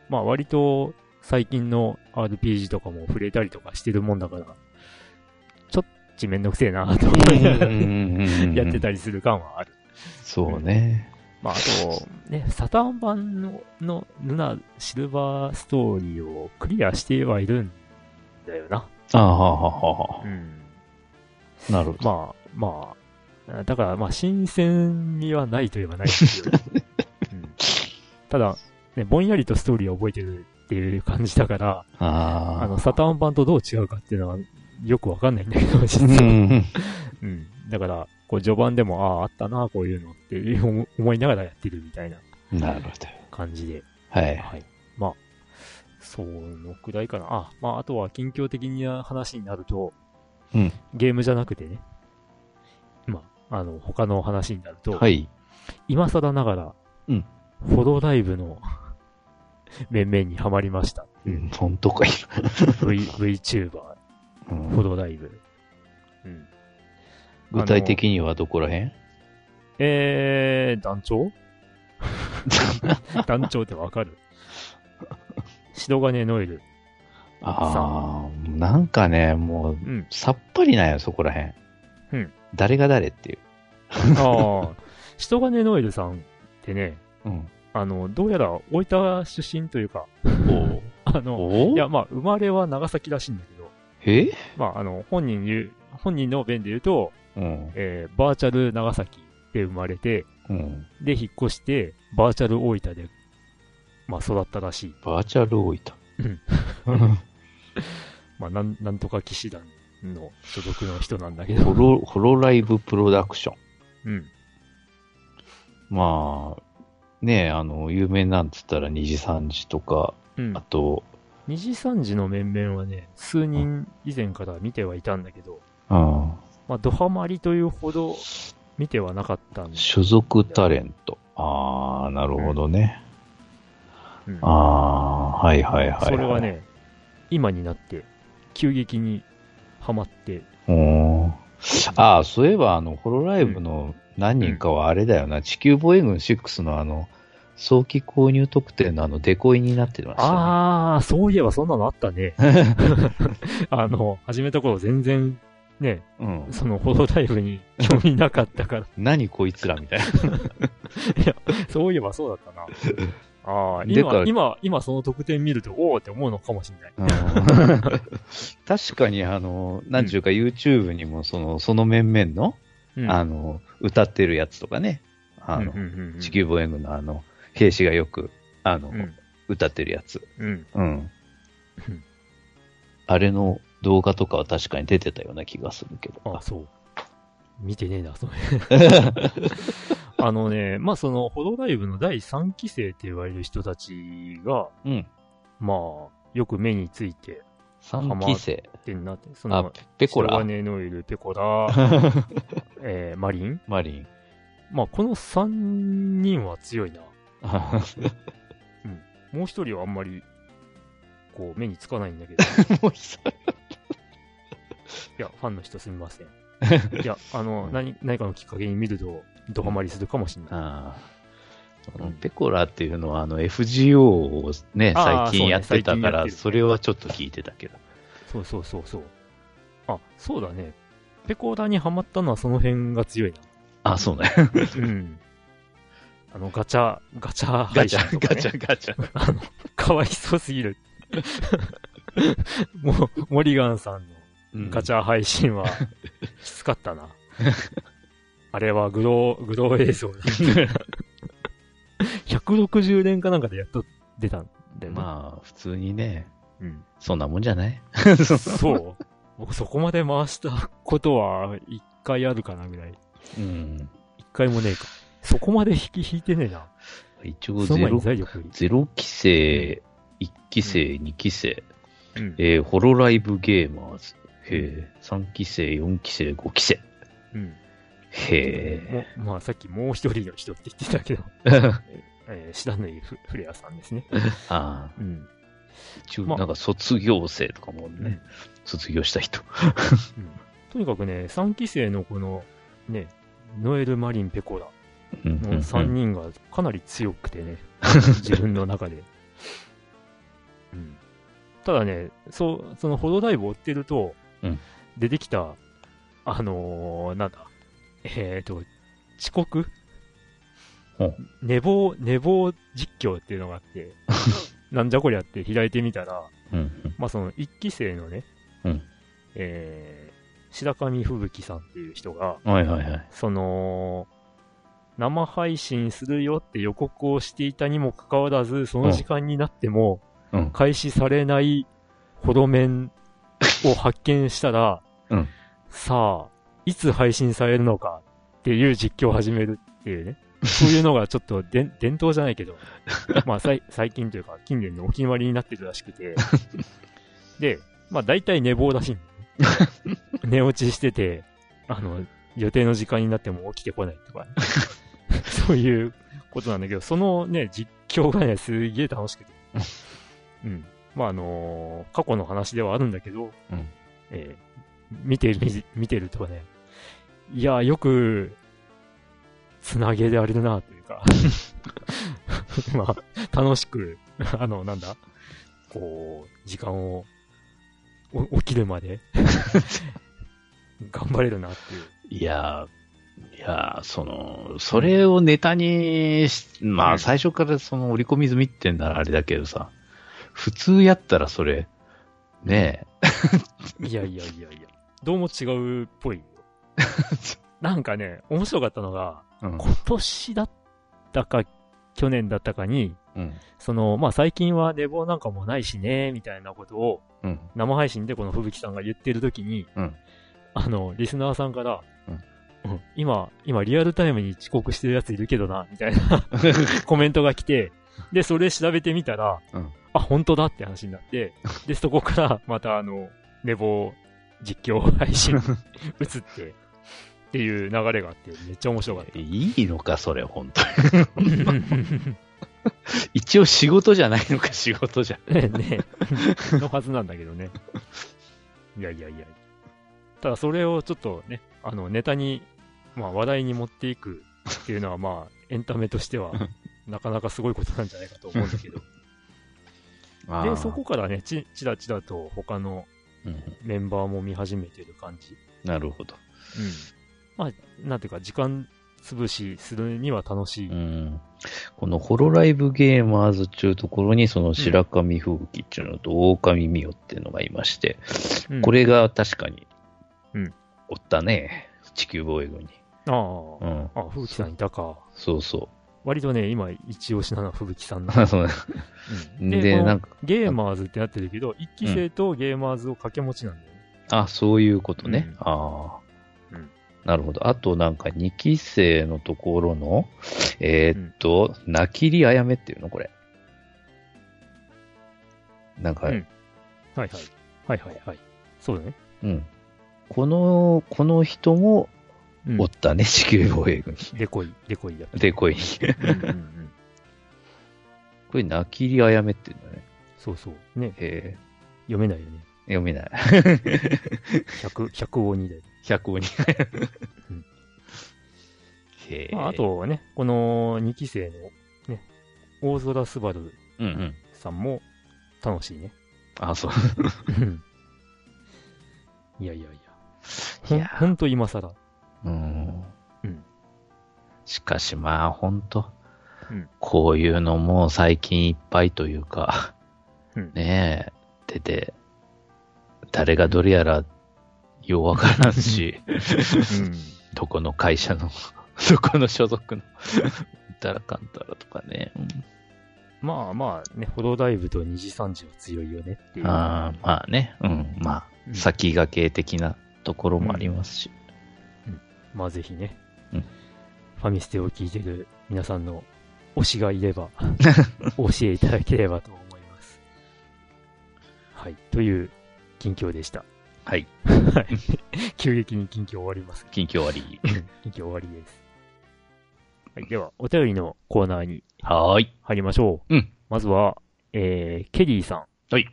A: まあ割と最近の RPG とかも触れたりとかしてるもんだから、ちょっちめんどくせえなと思いながらやってた
B: り。
A: りする感はある。
B: そうね。
A: まああと、ね、サターン版ののルナシルバーストーリーをクリアしてはいるんだよな。
B: ああ、はあはあは
A: うん
B: あなるほど。
A: まあ、まあ、だから、まあ、新鮮味はないといえばないです <laughs> けど、うんただ、ね、ぼんやりとストーリーを覚えてるっていう感じだから、
B: あ
A: あ
B: あ。
A: の、サターン版とどう違うかっていうのは、よくわかん <laughs> ないんだけど、実
B: う
A: は。
B: ん。
A: うん。だから、こう、序盤でも、ああ、あったな、こういうのっていう思思いながらやってるみたいな
B: なるほど。
A: 感じで。
B: はい。
A: はい。まあ、そのくらいかな。あ、まあ、あとは近況的な話になると、
B: うん
A: ゲームじゃなくてね、まあ、あの、他の話になると、
B: はい。
A: 今更ながら、
B: うん
A: フォローライブの <laughs> 面々にはまりました。
B: うん、本当かい。 <laughs>
A: v、VTuber、
B: う
A: フォ
B: ん
A: ローライブ。うん。
B: 具体的にはどこらへん
A: えー、団
B: <laughs>
A: 長 <laughs> 団長ってわかる白金ノエル。
B: ああ、なんかね、もう、
A: うん。
B: さっぱりなんよ、そこらへん。
A: うん。
B: 誰が誰っていう。
A: ああ、人金ノエルさんってね、
B: うん。
A: あの、どうやら大分出身というか、あの、
B: お
A: いや、まあ、生まれは長崎らしいんだけど、
B: え
A: まあ、あの、本人言う、本人の弁で言うと、
B: うん。
A: えーバーチャル長崎で生まれて、
B: うん。
A: で、引っ越して、バーチャル大分で、まあ、育ったらしい。
B: バーチャル大分。
A: まあ、なん、なんとか騎士団の所属の人なんだけ
B: <laughs> ホ
A: ど、
B: ロ、ホロライブプロダクション。
A: うん。
B: まあ、ねえ、あの、有名なんつったら二次三次とか、
A: うん
B: あ。と、
A: 二次三次の面々はね、数人以前から見てはいたんだけど、
B: うん、
A: まあ、ドハマりというほど見てはなかったんで、
B: 所属タレント。ああ、なるほどね。
A: うん
B: ああ、はいはいはい、はい。
A: それは。ね、今になって、急激にハマって、
B: うん。ああ、そういえば、あの、ホロライブの何人かはあれだよな、地球防衛軍6のあの、早期購入特典のあの、デコイになってました、ね。
A: ああ、そういえばそんなのあったね。 <laughs> あの、始めた頃全然、ね、
B: うん。
A: そのホロライブに興味なかったから、
B: 何こいつらみたいな。
A: <laughs> そういえばそうだったな。ああ、
B: でか
A: 今、今、今その特典見ると、おおって思うのかもしれない。
B: うん確かに、あの、なんちゅうか YouTube にも、その、その面々の、
A: うん
B: あの、歌ってるやつとかね、あの
A: うん、うんうん
B: 地球防衛軍のあの、兵士がよく、あの、
A: うん、
B: 歌ってるやつ。
A: うん。う
B: うん
A: ん。
B: あれの動画とかは確かに出てたような気がするけど。
A: あ、そう。見てねえな、
B: <laughs>
A: それ。あのね、まあその、ホロライブの第3期生って言われる人たちが、
B: うん。
A: まあ、よく目について
B: 三期生。
A: ってなって、そ
B: あ
A: の、、
B: ペコ
A: 白
B: ラ。
A: 金ノエル、ペコ
B: <laughs>
A: ラ、えーマリン。
B: マ
A: <laughs>
B: リン。
A: まあ、この3人は強いな。もう1人はあんまり、こう、目につかないんだ
B: <laughs>
A: けど、い
B: もう久々
A: や、ファンの人すみま
B: <laughs>
A: せん。いや、あの
B: う、ん
A: 何、何かのきっかけに見ると、ドハマりするかもしれない。
B: あーそのペコラっていうのは、あの、FGO をね、
A: あー
B: 最近やってたから、
A: そうね最近やってる
B: それはちょっと聞いてたけど。
A: そうそうそうそう。あ、そうだね。ペコーダにはまったのはその辺が強いな。
B: あ、そうね。
A: うん。あの、ガチャ、ガチャ
B: ガ
A: 配
B: チ
A: 信と
B: ャ、
A: か、ね、
B: ガチャ、ガチャ。
A: あの、かわいそうすぎる。 <laughs> もう、モリガンさんのガチ
B: ャ。
A: ャ配
B: <laughs>
A: 信は、きつかったな。あれはグロー、グロー映像だ。160年かなんかでやっと出たんだよね。
B: まあ、普通にね、
A: うん。
B: そんなもんじゃない
A: そう。僕そこまで回したことは、一回あるかなぐらい。
B: うん。
A: 一回もねえか。そこまで引き引いてねえな。
B: 一応
A: その
B: ゼ
A: 前に
B: ロ、
A: 財力より。
B: ゼロ期生、1期生、2期生、
A: うん。
B: えーホロライブゲーマーズ。へえ、3期生、4期生、5期生。
A: うん。
B: へ
A: もまあさっきもう一人の人って言ってたけど、 <laughs>
B: え。
A: えー、知らないフフレアさんですね。
B: ああ、
A: うん。
B: 一応
A: まあ
B: なんか卒業生とかもね、
A: うん
B: 卒業した人。
A: とにかくね、3期生のこの、ね、ノエル・マリン・ペコラ
B: うんうんう
A: の
B: ん
A: 3人がかなり強くて
B: <laughs>
A: ね、自分の中で。うん。ただね、そう、そのホロライブを追ってると、
B: うん
A: 出てきた、あのーなんだ、えっ、ー、と、遅刻
B: ほう
A: 寝坊、寝坊実況っていうのがあ
B: <laughs>
A: って、なんじゃこりゃって開いてみたら、
B: うんうん
A: まあその一期生のね、
B: うん
A: えー白神吹雪さんっていう人が、
B: はいはいはい。
A: その、生配信するよって予告をしていたにもかかわらず、その時間になっても、
B: うん。
A: 開始されないほど面を発見したら、
B: うん
A: さあ、いつ配信されるのかっていう実況を始めるっていうね。そういうのがちょっとでん <laughs> 伝統じゃないけど、まあさい最近というか近年のお決まりになってるらしくて。で、まあ大体寝坊ら
B: <laughs>
A: しいんだよね。寝落ちしてて、あの、予定の時間になっても起きてこないとか、 <laughs> そういうことなんだけど、そのね、実況がね、すげえ楽しくて。うん。まあ、あのー過去の話ではあるんだけど、
B: うん
A: えー見てる、見見てるとね、いや、よく、つなげであれるな、というか、 <laughs> まあ、楽しく、 <laughs> あの、なんだ、こう、時間を、お起きるまで、 <laughs> 頑張れるなっていう。
B: いやー、いやー、その、それをネタにし、ま
A: う
B: あ
A: ん
B: 最初からその折り込み済みってんならあれだけどさ、普通やったらそれ、ね
A: いやいやいやいや、どうも違うっ
B: <laughs>
A: ぽいよ。なんかね、面白かったのが、
B: え。うん。
A: 今年だったか、去年だったかに、
B: うん。
A: その、まあ、最近は寝坊なんかもないしね、みたいなことを
B: うん。
A: 生配信でこの吹雪さんが言ってる時に、
B: うん
A: あの、リスナーさんから、
B: うん
A: うん今、今リアルタイムに遅刻してるやついるけどな、みたい
B: <laughs>
A: なコメントが来て、で、それ調べてみたら、
B: うん
A: あ、本当だって話になって、で、そこからまたあの、寝坊実況配信に移って、っていう流れがあって、めっちゃ面白かっ
B: <laughs>
A: た。
B: いいのか、それ、本当に。 <laughs> 一応仕事じゃないのか、仕事じゃ。
A: ね <laughs>
B: <laughs>
A: ねのはずなんだけどね。いやいやいや。ただそれをちょっとね、あのネタに、まあ話題に持っていくっていうのはまあエンタメとして
B: <laughs>
A: はなかなかすごいことなんじゃないかと思うんだけど。
B: あー
A: で、そこからね、ち、ちらちらと他の
B: うん
A: メンバーも見始めてる感じ。
B: なるほど。
A: まあ、なんていうか時間潰しするには楽しい。
B: うん。このホロライブゲーマーズっていうところに、その白神風紀っていうのと狼美代っていうのがいまして、
A: うん
B: こ。れが確かに、
A: うん。
B: おったね。地球防衛軍に。
A: ああ、
B: うん。
A: あ、吹雪さんいたか。
B: そうそ
A: 割とね、今一押しなのは吹雪さんな
B: <laughs> う。そう
A: うん
B: で
A: この
B: なんか
A: ゲーマーズってなってるけど、一期生とゲーマーズを掛け持ちなんだよね。
B: あ、そういうことね。
A: うん
B: ああ、
A: うん
B: なるほど。あとなんか2期生のところの、えーっと、なきりあやめっていうのこれ。なんか、
A: う
B: うんん。
A: はいはい。はいはいはい。そうだね。
B: この、この人も
A: うん
B: おったね、地球防衛軍 <laughs>
A: でこい、でこいや。
B: に。で、こい。
A: うんうんうん
B: これ、なきりあやめっていうのね。
A: そうそう。ね、
B: え
A: 読めないよね。
B: ー、読めない。
A: 100、100を2で。
B: 100を2
A: うん
B: へえ。
A: まあ、あ、とはね、この2期生のね、大空すばる
B: うんうん。
A: さんも楽しいね。
B: あ、そう。
A: うんいやいやいや。ほ
B: い
A: ん
B: や
A: ほんと今更。
B: うん
A: うん
B: しかしまあ、本当、
A: うん
B: こういうのも最近いっぱいというか、
A: うん
B: ねえ、出て、誰がどれやら、ようわからんし、
A: う
B: どこの会社の、 <laughs> どこの所属の、だらかんだらとかね。
A: ん、まあまあね、ホロライブと二次三次は強いよねっていう。
B: あーまあね、うん、ま
A: う
B: あ、
A: ん
B: 先駆け的なところもありますし。
A: まあぜひね、
B: うん
A: ファミステを聞いてる皆さんの推しがいれ
B: <laughs>
A: ば、お教えいただければと思います。はい。という近況でした。
B: はい、
A: はい。急激に近況終わります。
B: 近況あり。
A: 近況終わりです。はい。では、お便りのコーナーに
B: はーい。
A: 入りましょう。
B: うん
A: まずは、えー、ケリーさん。
B: はい。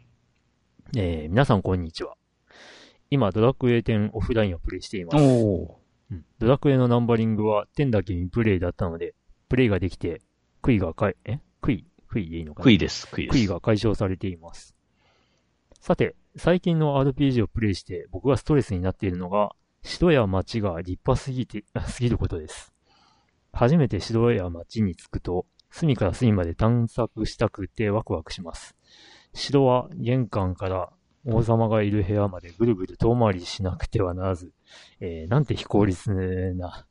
A: えー、皆さんこんにちは。今、ドラクエ10オフラインをプレイしています。
B: お
A: うんドラクエのナンバリングは10だけにプレイだったので、プレイができて、悔いがかい、え悔い悔いでいいのかな
B: 悔いです、悔いです。
A: 悔いが解消されています。さて、最近の RPG をプレイして僕がストレスになっているのが、城や町が立派すぎて、 <laughs> すぎることです。初めて城や町に着くと、隅から隅まで探索したくてワクワクします。城は玄関から王様がいる部屋までぐるぐる遠回りしなくてはならず、えーなんて非効率な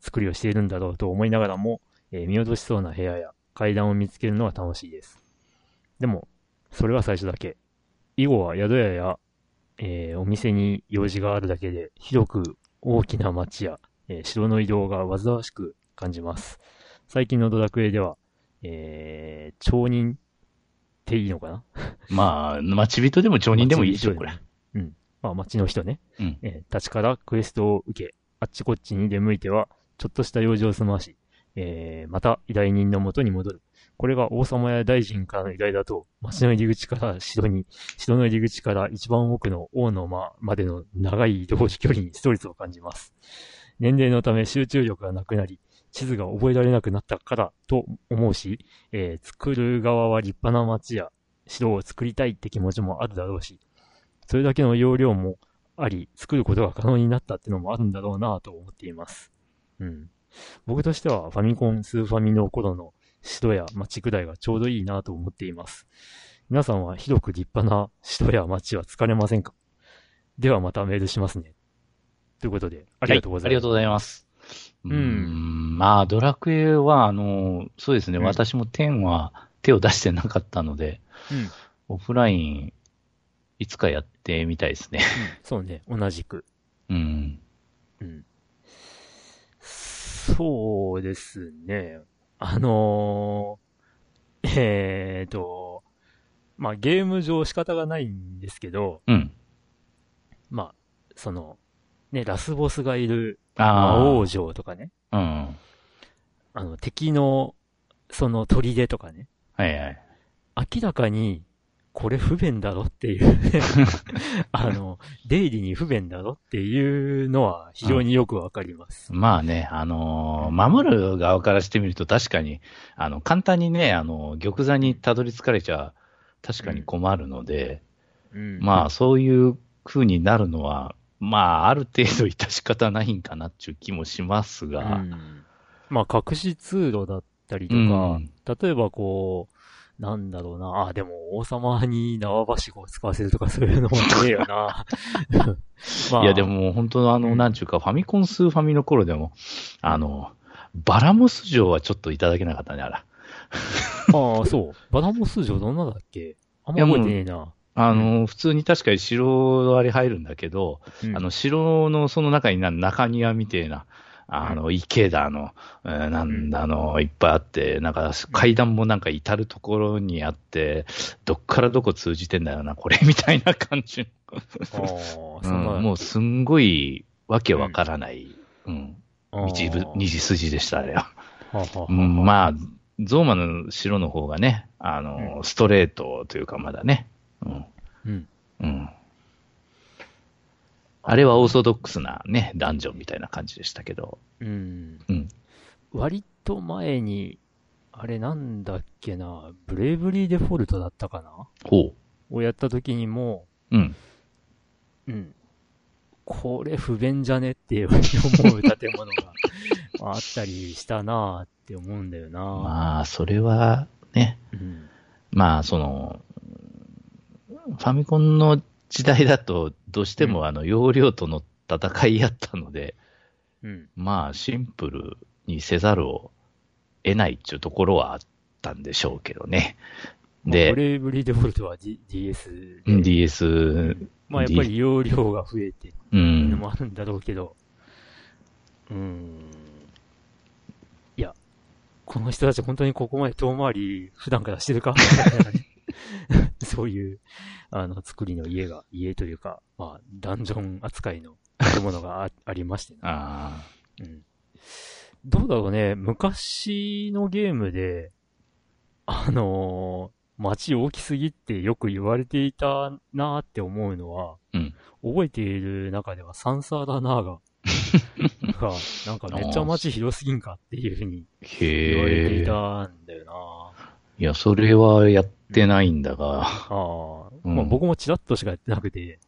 A: 作りをしているんだろうと思いながらも、えー見落としそうな部屋や階段を見つけるのは楽しいです。でも、それは最初だけ。以後は宿屋や、えーお店に用事があるだけで、広く大きな町や、えー城の移動が煩わしく感じます。最近のドラクエでは、えー町人っていいのかな
B: まあ、町人でも町人でもいいでしょ、これ。。
A: うん。まあ、町の人ね。
B: うん
A: えー立ちからクエストを受け、あっちこっちに出向いては、ちょっとした用事を済まし、えーまた依頼人の元に戻る。これが王様や大臣からの依頼だと、町の入り口から城に、城の入り口から一番奥の王の間までの長い移動距離にストレスを感じます。年齢のため集中力がなくなり、地図が覚えられなくなったからと思うし、えー作る側は立派な町や城を作りたいって気持ちもあるだろうし、それだけの容量もあり、作ることが可能になったってのもあるんだろうなぁと思っています。うん。僕としてはファミコン、スーファミの頃の城や町くらいがちょうどいいなぁと思っています。皆さんは広く立派な城や町は疲れませんかではまたメールしますね。ということで、ありがとうございます。
B: はありがとうございます。う
A: うん
B: ーん、まあ、ドラクエは、あの、そうですね、
A: うん
B: 私も10は手を出してなかったので、
A: うん
B: オフライン、いつかやってみたいですね。 <laughs>
A: そうね、同じく。
B: うん。
A: うん。そうですね。あのー、えーと、まあ、ゲーム上仕方がないんですけど、
B: うん。
A: まあ、その、ね、ラスボスがいる
B: あ
A: 魔王
B: あ。
A: 城とかね、
B: うん。
A: あの、敵の、その砦とかね、
B: はいはい。
A: 明らかに、これ不便だろって
B: <laughs>
A: いう <laughs> ね、あの、出入りに不便だろっていうのは非常によくわかります。
B: まあね、あのー守る側からしてみると確かに、あの、簡単にね、あの、玉座にたどり着かれちゃ、確かに困るので、
A: うん
B: まあ、そういう風になるのは、まあ、ある程度致し方ないんかなっていう気もします
A: う
B: が、
A: んまあ、隠し通路だったりと
B: うん
A: か、例えばこう、なんだろうな、あ、でも王様に縄ばしごを使わせるとかそういうのもねえよな。
B: <laughs>
A: ま
B: いや、で、も本当のあ
A: う
B: の、
A: ん
B: なんちゅうか、ファミコンスーファミの頃でも、あの、バラモス城はちょっといただけなかったね、あら。
A: ああ、そう。バラモス城どんなだっけあんま
B: いやも
A: 覚
B: う
A: えてねえな。
B: あの、普通に確かに城のあれ入るんだけど、
A: うん
B: あの、城のその中にな中庭みてえな、あの、池だの、えーなんだの、いっぱいあって、なんか階段もなんか至るところにあって、どっからどこ通じてんだよな、これみ <laughs> たいな感じの
A: ああ、そ
B: うん
A: な、
B: ん、もうすんごいわけわからない、うん、
A: ああ
B: 道ぶ二次筋でしたあれは。
A: ははは
B: うん、まあ、ゾーマの城の方がね、あの、ストレートというかまだね、うん、
A: うん
B: うん。あれはオーソドックスなね、ダンジョンみたいな感じでしたけど、
A: うん
B: うん。
A: 割と前に、あれなんだっけな、ブレイブリーデフォルトだったかな
B: ほ
A: をやった時にも、
B: う。うん。
A: うん。これ不便じゃねっていうふうに思う建物がまああったりしたなあって思うんだよな、
B: まあ、それはね、
A: うん
B: まあ、その、ファミコンの時代だと、どうして
A: う
B: もあの、容量との戦いやったので、
A: うん。
B: まあ、シンプルにせざるを得ないっていうところはあったんでしょうけどね。
A: まあ
B: で
A: ブ、レイブリーデフォルトは、D、DS で。
B: DS、
A: まあやっぱり容量が増えてって
B: う
A: いうの
B: ん、
A: もあるんだろうけど、うん。いや、この人たち本当にここまで遠回り普段からしてるかみたいな
B: <laughs>
A: ねそういう、あの、作りの家が、家というか、まあ、ダンジョン扱いの建物があありましてね。
B: あ
A: うんどうだろうね、昔のゲームで、あのー街大きすぎってよく言われていたなーって思うのは、
B: うん
A: 覚えている中ではサンサーだなー
B: <laughs>
A: が、がなんかめっちゃ街広すぎんかっていうふうに
B: ー
A: 言われて
B: へ
A: い
B: え。
A: たんだよな。
B: いや、それはやってないんだが、
A: あー
B: うん
A: まあ、僕もチラッとしかやってなくて、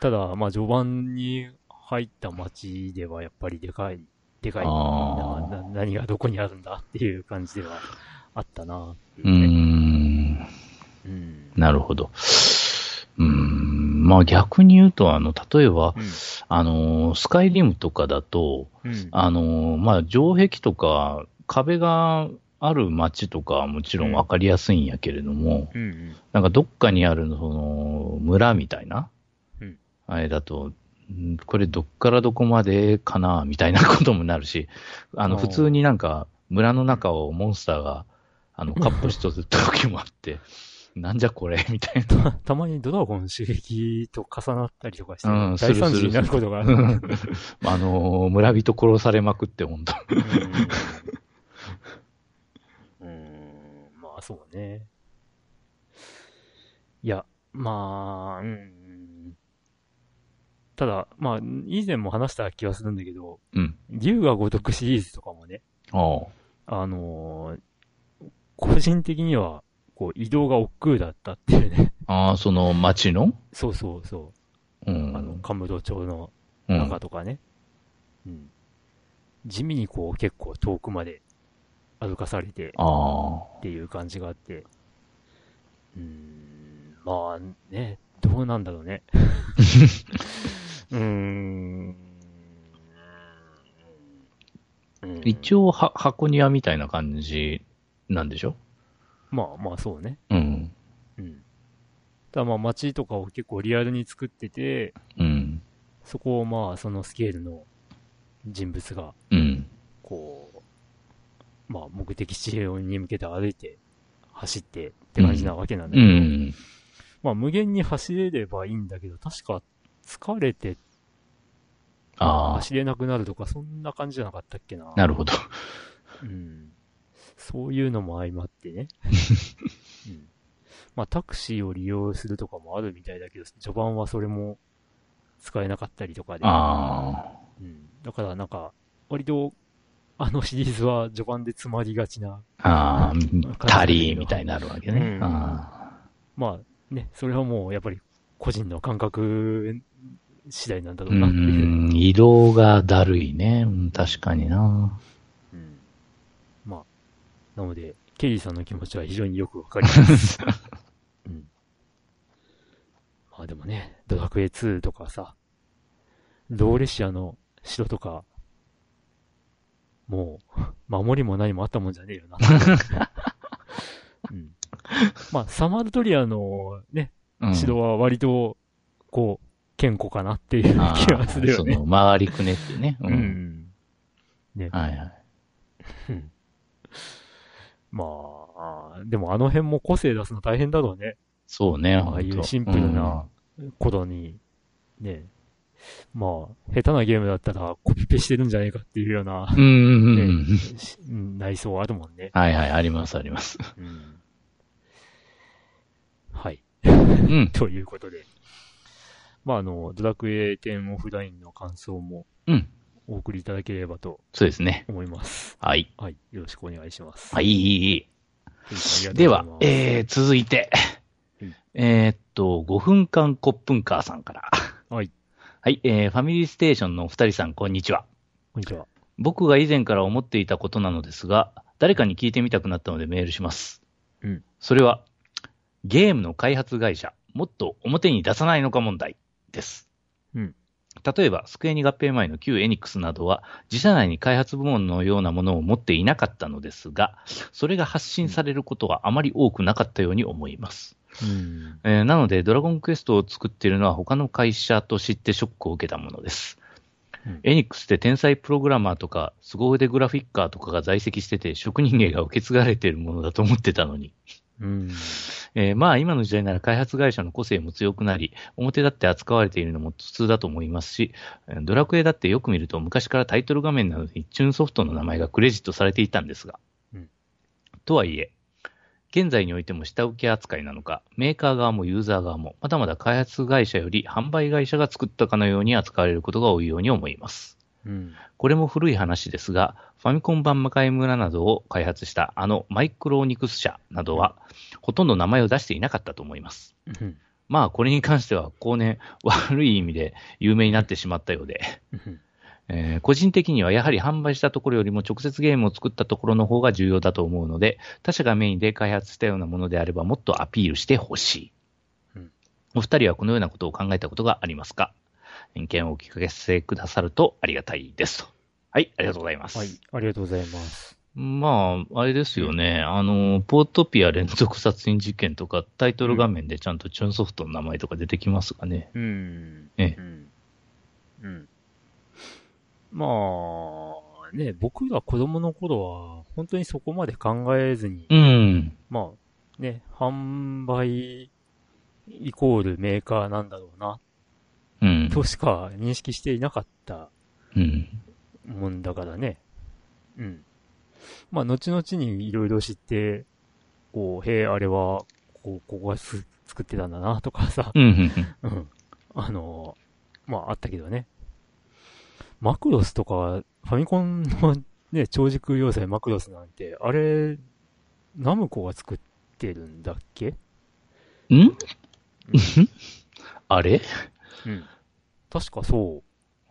A: ただ、まあ序盤に入った街ではやっぱりでかい、でかいな
B: ああ、
A: な何がどこにあるんだっていう感じではあったなっていう
B: ー
A: うね。
B: ん、
A: うん。
B: なるほど。うーん、まあ逆に言うと、あの、例えば、あの、スカイリムとかだと、
A: うん。
B: あの、まあ、城壁とか壁がある街とかはもちろん分かりやすいんやけれども、
A: うん。
B: なんかどっかにあるその村みたいな、
A: うん
B: あれだと、んこれどっからどこまでかなみたいなこともなるし、あの
A: あー
B: 普通になんか村の中をモンスターがあのカッポしとる時もあって、 <laughs> なんじゃこれみたい
A: <laughs>
B: な。
A: たたまにドラゴン襲撃と重なったりとかして、
B: うんす
A: 大
B: るする
A: 惨事になることがある。うん
B: <laughs> あの村人殺されまくって、本 <laughs> 当
A: うん。まあ、そうね。いや、まあ、うん。ただ、まあ、以前も話した気がするんだけど、
B: うん。
A: 竜が如くシリーズとかもね、
B: あ
A: あのー個人的には、こう、移動が億劫だったっていうね。 <laughs>
B: あああ、その町の
A: そうそうそうう。あの、
B: ん。
A: カムド町の
B: うん
A: 中とかね。うん。地味にこう、結構遠くまで歩かされて
B: ああ。
A: っていう感じがあって。うーん、まあね、どうなんだろうね。うーん。うん
B: 一応は、箱庭みたいな感じなんでしょ
A: まあまあそうね。
B: うん。
A: うん。ただまあ街とかを結構リアルに作ってて、
B: うん。
A: そこをまあそのスケールの人物が、
B: うん。
A: こう、まあ目的地に向けて歩いて、走ってって感じなわけなんだ
B: う
A: けど、
B: ん。
A: まあ無限に走れればいいんだけど、確か疲れて
B: あ
A: 走れなくなるとか、そんな感じじゃなかったっけな。
B: あ、なるほど。
A: うん。そういうのも相まってね。 <laughs> うん。まあ、タクシーを利用するとかもあるみたいだけど、序盤はそれも使えなかったりとかで。
B: ああ。
A: うん。だからなんか、割と、あのシリーズは序盤で詰まりがちな。
B: ああ、たりみたいになるわけ
A: う
B: ね。
A: ん
B: あ
A: まあ、ね、それはもうやっぱり個人の感覚次第なんだ
B: あ
A: ろ
B: う
A: うなっていう。
B: ん。移動がだるいね。うん確かに
A: <laughs>
B: な。
A: うん。まあ、なので、ケリーさんの気持ちは非常によくわかり
B: <laughs>
A: ます。うん。まあでもね、ドラクエ2とかさ、ローレシアの城とか、もう、 <laughs> 守りも何もあったもんじゃねえよな。うん。まあ、サマルトリアのね、
B: うん
A: 城は割と、こう、健康かなっていう気
B: ああ
A: がするよ
B: そ
A: ね。
B: の、回りくねってね。
A: う。
B: うん
A: ね。
B: はいはい。
A: まあ、でもあの辺も個性出すの大変だろうね。
B: そうね。
A: ああいうシンプルなことに、ね。まあ、下手なゲームだったらコピペしてるんじゃないかっていうような
B: うん。うんうんうんうん。
A: しうん内装あるもん
B: <laughs>
A: ね。
B: はいはい、ありますあります。
A: うんはい。
B: うん。
A: ということで。まあ、あの、ドラクエ10オフラインの感想も
B: うん。
A: お送りいただければと
B: そうですね。
A: 思います。
B: はい。
A: はい。よろしくお願いします。
B: はい、いい、いい。
A: ケリーさんあり
B: で
A: がと
B: は
A: うご、ざいます。
B: えー、続いて
A: うん、
B: えーっと、5分間コップンカーさんから。
A: はい。
B: はい、えーファミリーステーションのお二人さん、こんにちは。
A: こんにちは。
B: 僕が以前から思っていたことなのですが、誰かに聞いてみたくなったのでメールします。
A: うん
B: それは、ゲームの開発会社、もっと表に出さないのか問題です。
A: うん
B: 例えば、スクエニ合併前の旧エニックスなどは、自社内に開発部門のようなものを持っていなかったのですが、それが発信されることはあまり多くなかったように思います。
A: うん。
B: えーなので、ドラゴンクエストを作っているのは他の会社と知ってショックを受けたものです。
A: うん
B: エニックスって天才プログラマーとか、凄腕グラフィッカーとかが在籍してて、職人芸が受け継がれているものだと思ってたのに。
A: うん。
B: えーまあ、今の時代なら開発会社の個性も強くなり、表だって扱われているのも普通だと思いますし、えードラクエだってよく見ると昔からタイトル画面などにチューンソフトの名前がクレジットされていたんですが。
A: うん
B: とはいえ、現在においても下請け扱いなのか、メーカー側もユーザー側も、まだまだ開発会社より販売会社が作ったかのように扱われることが多いように思います。
A: うん。
B: これも古い話ですが、ファミコン版魔界村などを開発したあのマイクロオニクス社などは、ほとんど名前を出していなかったと思います。
A: うん。
B: まあ、これに関しては、後年、悪い意味で有名になってしまったようで、
A: うん
B: えー個人的にはやはり販売したところよりも直接ゲームを作ったところの方が重要だと思うので、他社がメインで開発したようなものであればもっとアピールしてほしい
A: うん。
B: お二人はこのようなことを考えたことがありますか意見をお聞かせくださるとありがたいですと。はい、ありがとうございます。
A: はい。ありがとうございます。
B: まあ、あれですよね。あの、ポートピア連続殺人事件とか、タイトル画面でちゃんとチューンソフトの名前とか出てきますかね。
A: うん。
B: ええ
A: うん。うん。まあ、ね、僕が子供の頃は、本当にそこまで考えずに、
B: うん。
A: まあ、ね、販売イコールメーカーなんだろうな、
B: うん。
A: としか認識していなかった
B: うん。
A: もんだからね。うん。まあ、後々にいろいろ知って、こう、へえ、あれは、こう、ここがす作ってたんだな、とかさ、
B: うんうん。うん
A: うん。あのーまあ、あったけどね。マクロスとか、ファミコンのね、超軸要塞マクロスなんて、あれ、ナムコが作ってるんだっけ
B: ん <laughs> あれ
A: うん。確かそ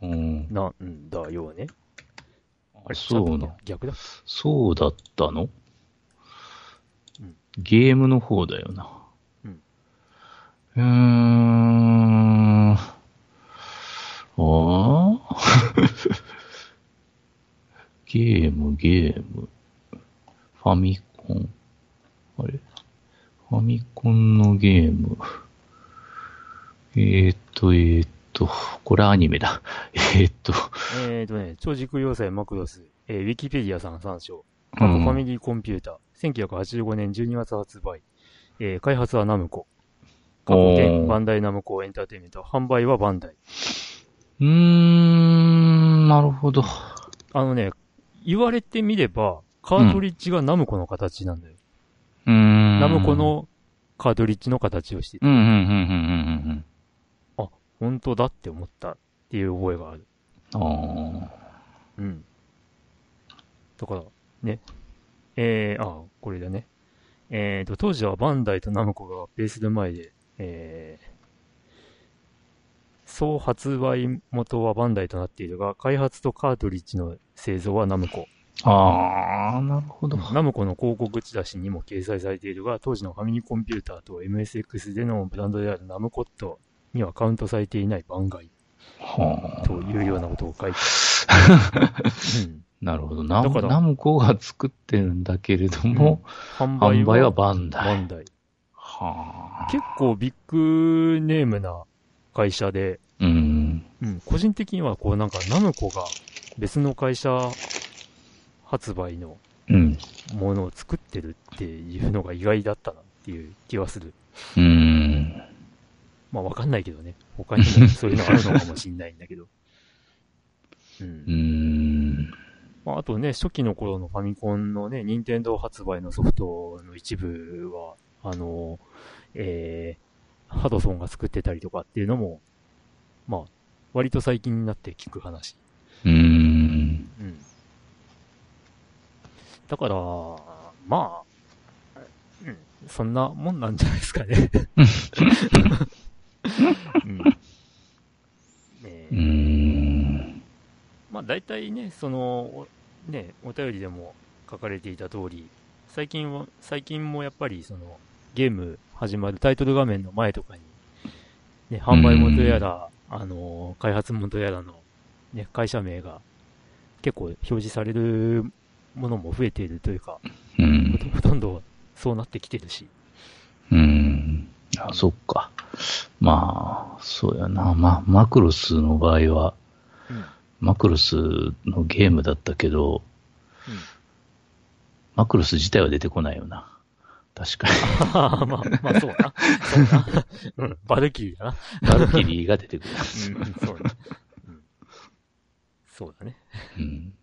B: うん
A: う。なんだよね。あれ、
B: そう
A: 違った
B: な
A: か。逆だ。
B: そうだったの
A: うん
B: ゲームの方だよな。
A: うん
B: うーん。ああ <laughs> ゲーム、ゲーム。ファミコン。あれファミコンのゲーム。えーっと、えーっと、これアニメだ。 <laughs> えーっと、
A: えーとね、超軸要塞マクロス、えーウィキペディアさん参照。
B: う
A: 過去ファ
B: ん
A: ミリーコンピューター、1985年12月発売。えー開発はナムコ。過去
B: おー
A: バンダイナムコエンターテインメント。販売はバンダイ。
B: うーん、なるほど。
A: あのね、言われてみれば、カートリッジがナムコの形なんだよ。
B: うーん。
A: ナムコ、のカートリッジの形をしていて、
B: うん、うん、うん、うん、
A: 本当だって思ったっていう覚えがある。
B: うんうん。あ
A: うん。だから、ね。えー、あ、これだね。えーと、当時はバンダイとナムコが合併する前で、えー、総発売元はバンダイとなっているが、開発とカートリッジの製造はナムコ。
B: あ。ああ、なるほど。
A: ナムコの広告チラシにも掲載されているが、当時のファミリーコンピューターと MSX でのブランドであるナムコットにはカウントされていない番外
B: はあ。
A: というようなことを書いて
B: <laughs>
A: ある。うん
B: なるほど。ナ
A: だか
B: ム
A: ら
B: ナムコが作ってるんだけれども、
A: 販売
B: 販売は
A: は
B: バンダ
A: バ
B: イ。
A: ンダイ。
B: はあ。
A: 結構ビッグネームな会社で、
B: うん。
A: うん、個人的にはこうなんかナムコが別の会社発売の
B: うん。
A: ものを作ってるっていうのが意外だったなっていう気はする。
B: うん。
A: まあわかんないけどね。他にもそういうのあるのかもしんないんだけ <laughs> ど。う。
B: うんん。
A: まああとね、初期の頃のファミコンのね、任天堂発売のソフトの一部は、あの、えー、ハドソンが作ってたりとかっていうのも、まあ、割と最近になって聞く話。
B: うん。
A: うん。だから、まあ、うん、そんなもんなんじゃないですかね。うん。ねえまあ大体ね、その、おね、お便りでも書かれていた通り、最近は、最近もやっぱりその、ゲーム始まるタイトル画面の前とかに、ね、販売元やら、あの、開発元やらの、ね、会社名が結構表示されるものも増えているというか、
B: う
A: ほ
B: ん。
A: とほとんどそうなってきてるし、
B: うん。あ、そっか。まあ、そうやな。まあ、マクロスの場合は、
A: <laughs> うん
B: マクロスのゲームだったけど、マクロス自体は出てこないよな。確かに。
A: <laughs> まあ、まあ、そうな。そうな。うん、バルキリーだな。
B: バルキリーが出てくる。
A: うん、そうだ。うん、そうだね。
B: うん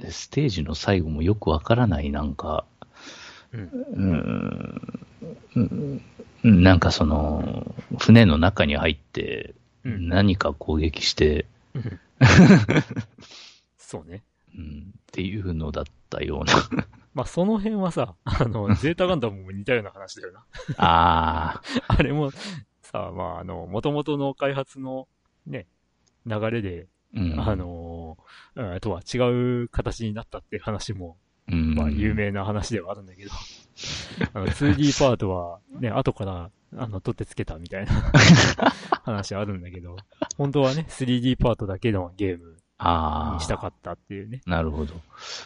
B: でステージの最後もよくわからない、なんか、
A: うん
B: うん、うんなんかその、船の中に入って、
A: うん
B: 何か攻
A: <laughs>
B: 撃して、
A: うん。そうね。
B: うん、っていうのだったような。
A: まあ、その辺はさ、あ
B: <laughs>
A: の、ゼータガンダムも似たような話だよな。 <laughs>
B: ああ、
A: あれも、さ、まあ、あの、元々の開発の、ね、流れで、
B: うん、
A: あ、のー、うんとは違う形になったっていう話も、
B: うん、
A: まあ、有。名な話ではあるんだけど、 <laughs> あの、2D パートは、ね、後から、あの、取ってつけたみたいな
B: <laughs>
A: 話あるんだけど、本当はね、3D パートだけのゲーム
B: あ
A: に
B: あ、
A: したかったっていうね。
B: なるほど。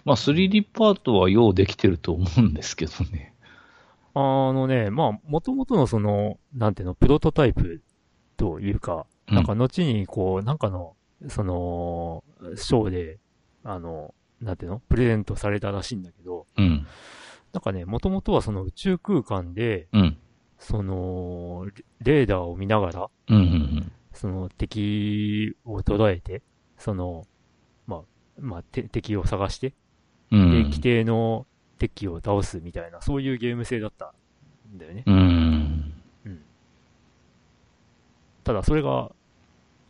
B: まあ、3D パートはようできてると思うんですけどね。
A: あのね、まあ、もともとのその、なんていうの、プロトタイプというか、
B: うん
A: なんか後にこう、なんかの、その、ショーで、あの、なんていうの、プレゼントされたらしいんだけど、
B: うん、
A: なんかね、もともとはその宇宙空間で、
B: うん、
A: その、レレーダーを見ながら、
B: うん、うん、
A: その敵を捉えて、その、まあ、まあ、て敵を探して、
B: うん。
A: で、規定の敵を倒すみたいな、そういうゲーム性だったんだよね。
B: うん。
A: ただそれが、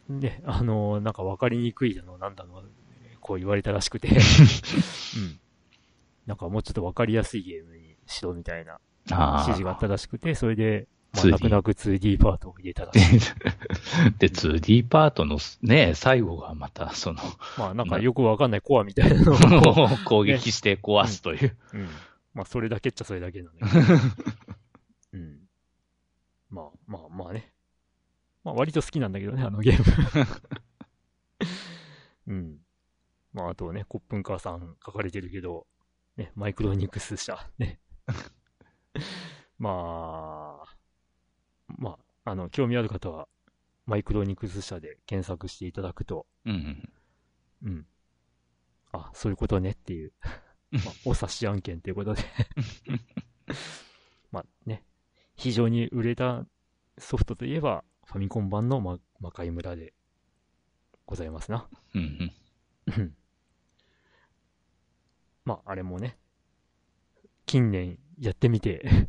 A: ね、あのなんか分かりにくいだの、なんだの、こう言われたらしくて、うん。なんかもうちょっと分かりやすいゲームにしろみたいな
B: ああ。
A: 指示があったらしくて、それで、まあ、
B: 2D
A: 泣く泣く 2D パートを入れたらしい。
B: で、で 2D パートのね、最後がまた、そ
A: <laughs>
B: の、
A: まあなんかよく分かんないコアみたいなのを、
B: <laughs> 攻撃して壊すという。
A: うん。まあそれだけっちゃそれだけ <laughs> なんだけど。うん。まあまあまあね。まあ割と好きなんだけどね、あのゲー <laughs> ム。うん。まああとね、コップンカーさん書かれてるけど、ね、マイクロニクス社、ね。 <laughs> まあ、まあ、あの、興味ある方は、マイクロニクス社で検索していただくと、
B: うん。
A: うん。あ、そういうことねって <laughs> いう、まあ、お察し案件ということで。 <laughs> まあね、非常に売れたソフトといえば、ファミコン版の、ま、魔界村でございますな。
B: うん。
A: うん <laughs> まあ、あれもね、近年やってみて、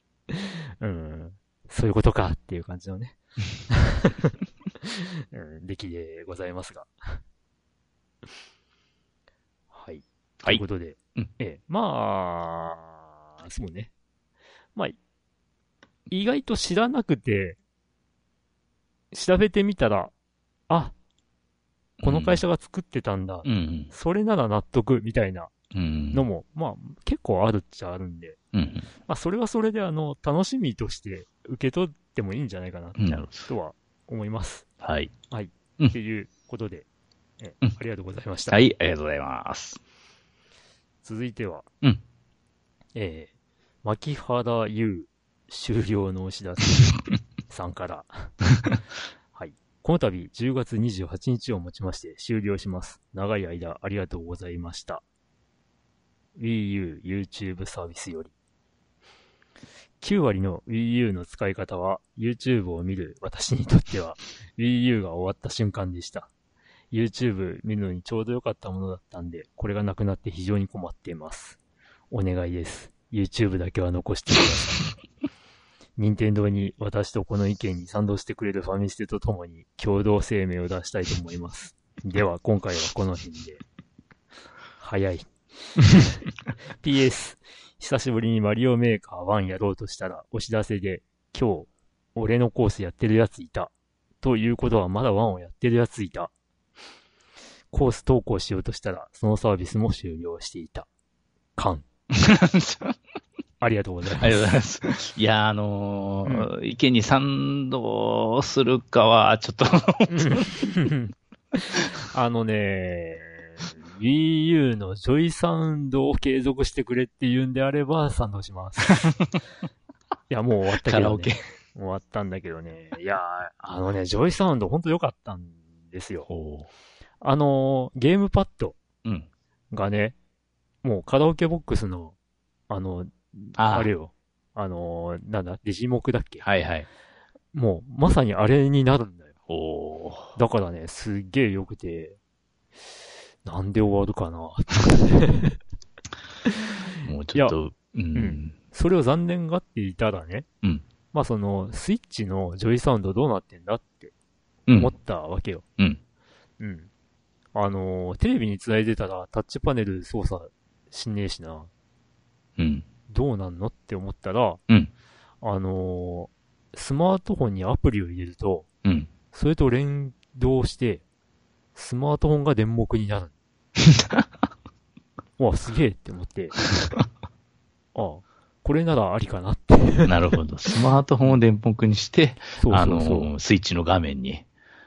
A: <laughs> うん、そういうことかっていう感じの
B: <laughs>
A: ね、うん、出来でございますが。はい。
B: は
A: という
B: い
A: こ。とで、
B: うん
A: ええ、まあ、そうね。まあ、意外と知らなくて、調べてみたら、あ、この会社が作ってたんだ、
B: うん。
A: それなら納得みたいな
B: うん。
A: のも、まあ結構あるっちゃあるんで、
B: うん。
A: まあそれはそれであの、楽しみとして受け取ってもいいんじゃないかな
B: なるほど。
A: とは思います。
B: はい。うん
A: っていうことで、え
B: うん
A: ありがとうございました。
B: はい、ありがとうございます。 <laughs>
A: 続いては、
B: うん
A: えー、牧原優終了のお知
B: <laughs>
A: らせさんから、はい。この度10月28日をもちまして終了します。長い間ありがとうございました。Wii U YouTube サービスより。9割の Wii U の使い方は YouTube を見る私にとっては Wii U が終わった瞬間でした。YouTube 見るのにちょうど良かったものだったんで、これがなくなって非常に困っています。お願いです。YouTube だけは残してください。任天堂に私とこの意見に賛同してくれるファミステとともに共同声明を出したいと思います。では、今回はこの辺で。早い。PS、久しぶりにマリオメーカー1やろうとしたら、お知らせで、今日、俺のコースやってるやついた。ということはまだ1をやってるやついた。コース投稿しようとしたら、そのサービスも終了していた。勘。ありがとうございます。
B: ありがとうございます。いや、あのー池に賛同するかは、ちょっと
A: あのね、Wii U のジョイサウンドを継続してくれって言うんであれば賛同し
B: <laughs>
A: ます。いや、もう終わったけど、
B: カ
A: ね。
B: ラオケ。
A: 終わったんだけどね。いやー、あのね、ジョイサウンドほんと良かったんですよ。あのー、ゲームパッド
B: うん。
A: がね、もうカラオケボックスの、あの、
B: あ
A: あ
B: あ
A: れよ。あのー、なんだ、デジモクだっけ
B: はいはい。
A: もう、まさにあれになるんだよ。
B: おー
A: だからね、すっげえ良くて、なんで終わるかな。
B: もうちょっと、うん。
A: それを残念がっていたらね、
B: うん
A: まあその、スイッチのジョイサウンドどうなってんだって
B: うん
A: 思ったわけよ。
B: うん。
A: うん。あのーテレビに繋いでたらタッチパネル操作しねえしな、
B: うん。
A: どうなんのって思ったら、
B: うん
A: あのースマートフォンにアプリを入れると、
B: うん。
A: それと連動して、スマートフォンが電目にな
B: <laughs>
A: る。うわ、すげえって思って。ああ、これならありかなって。
B: なる
A: <laughs>
B: ほど。スマートフォンを電目にして、
A: そうそうそう。
B: あの、スイッチの画面に。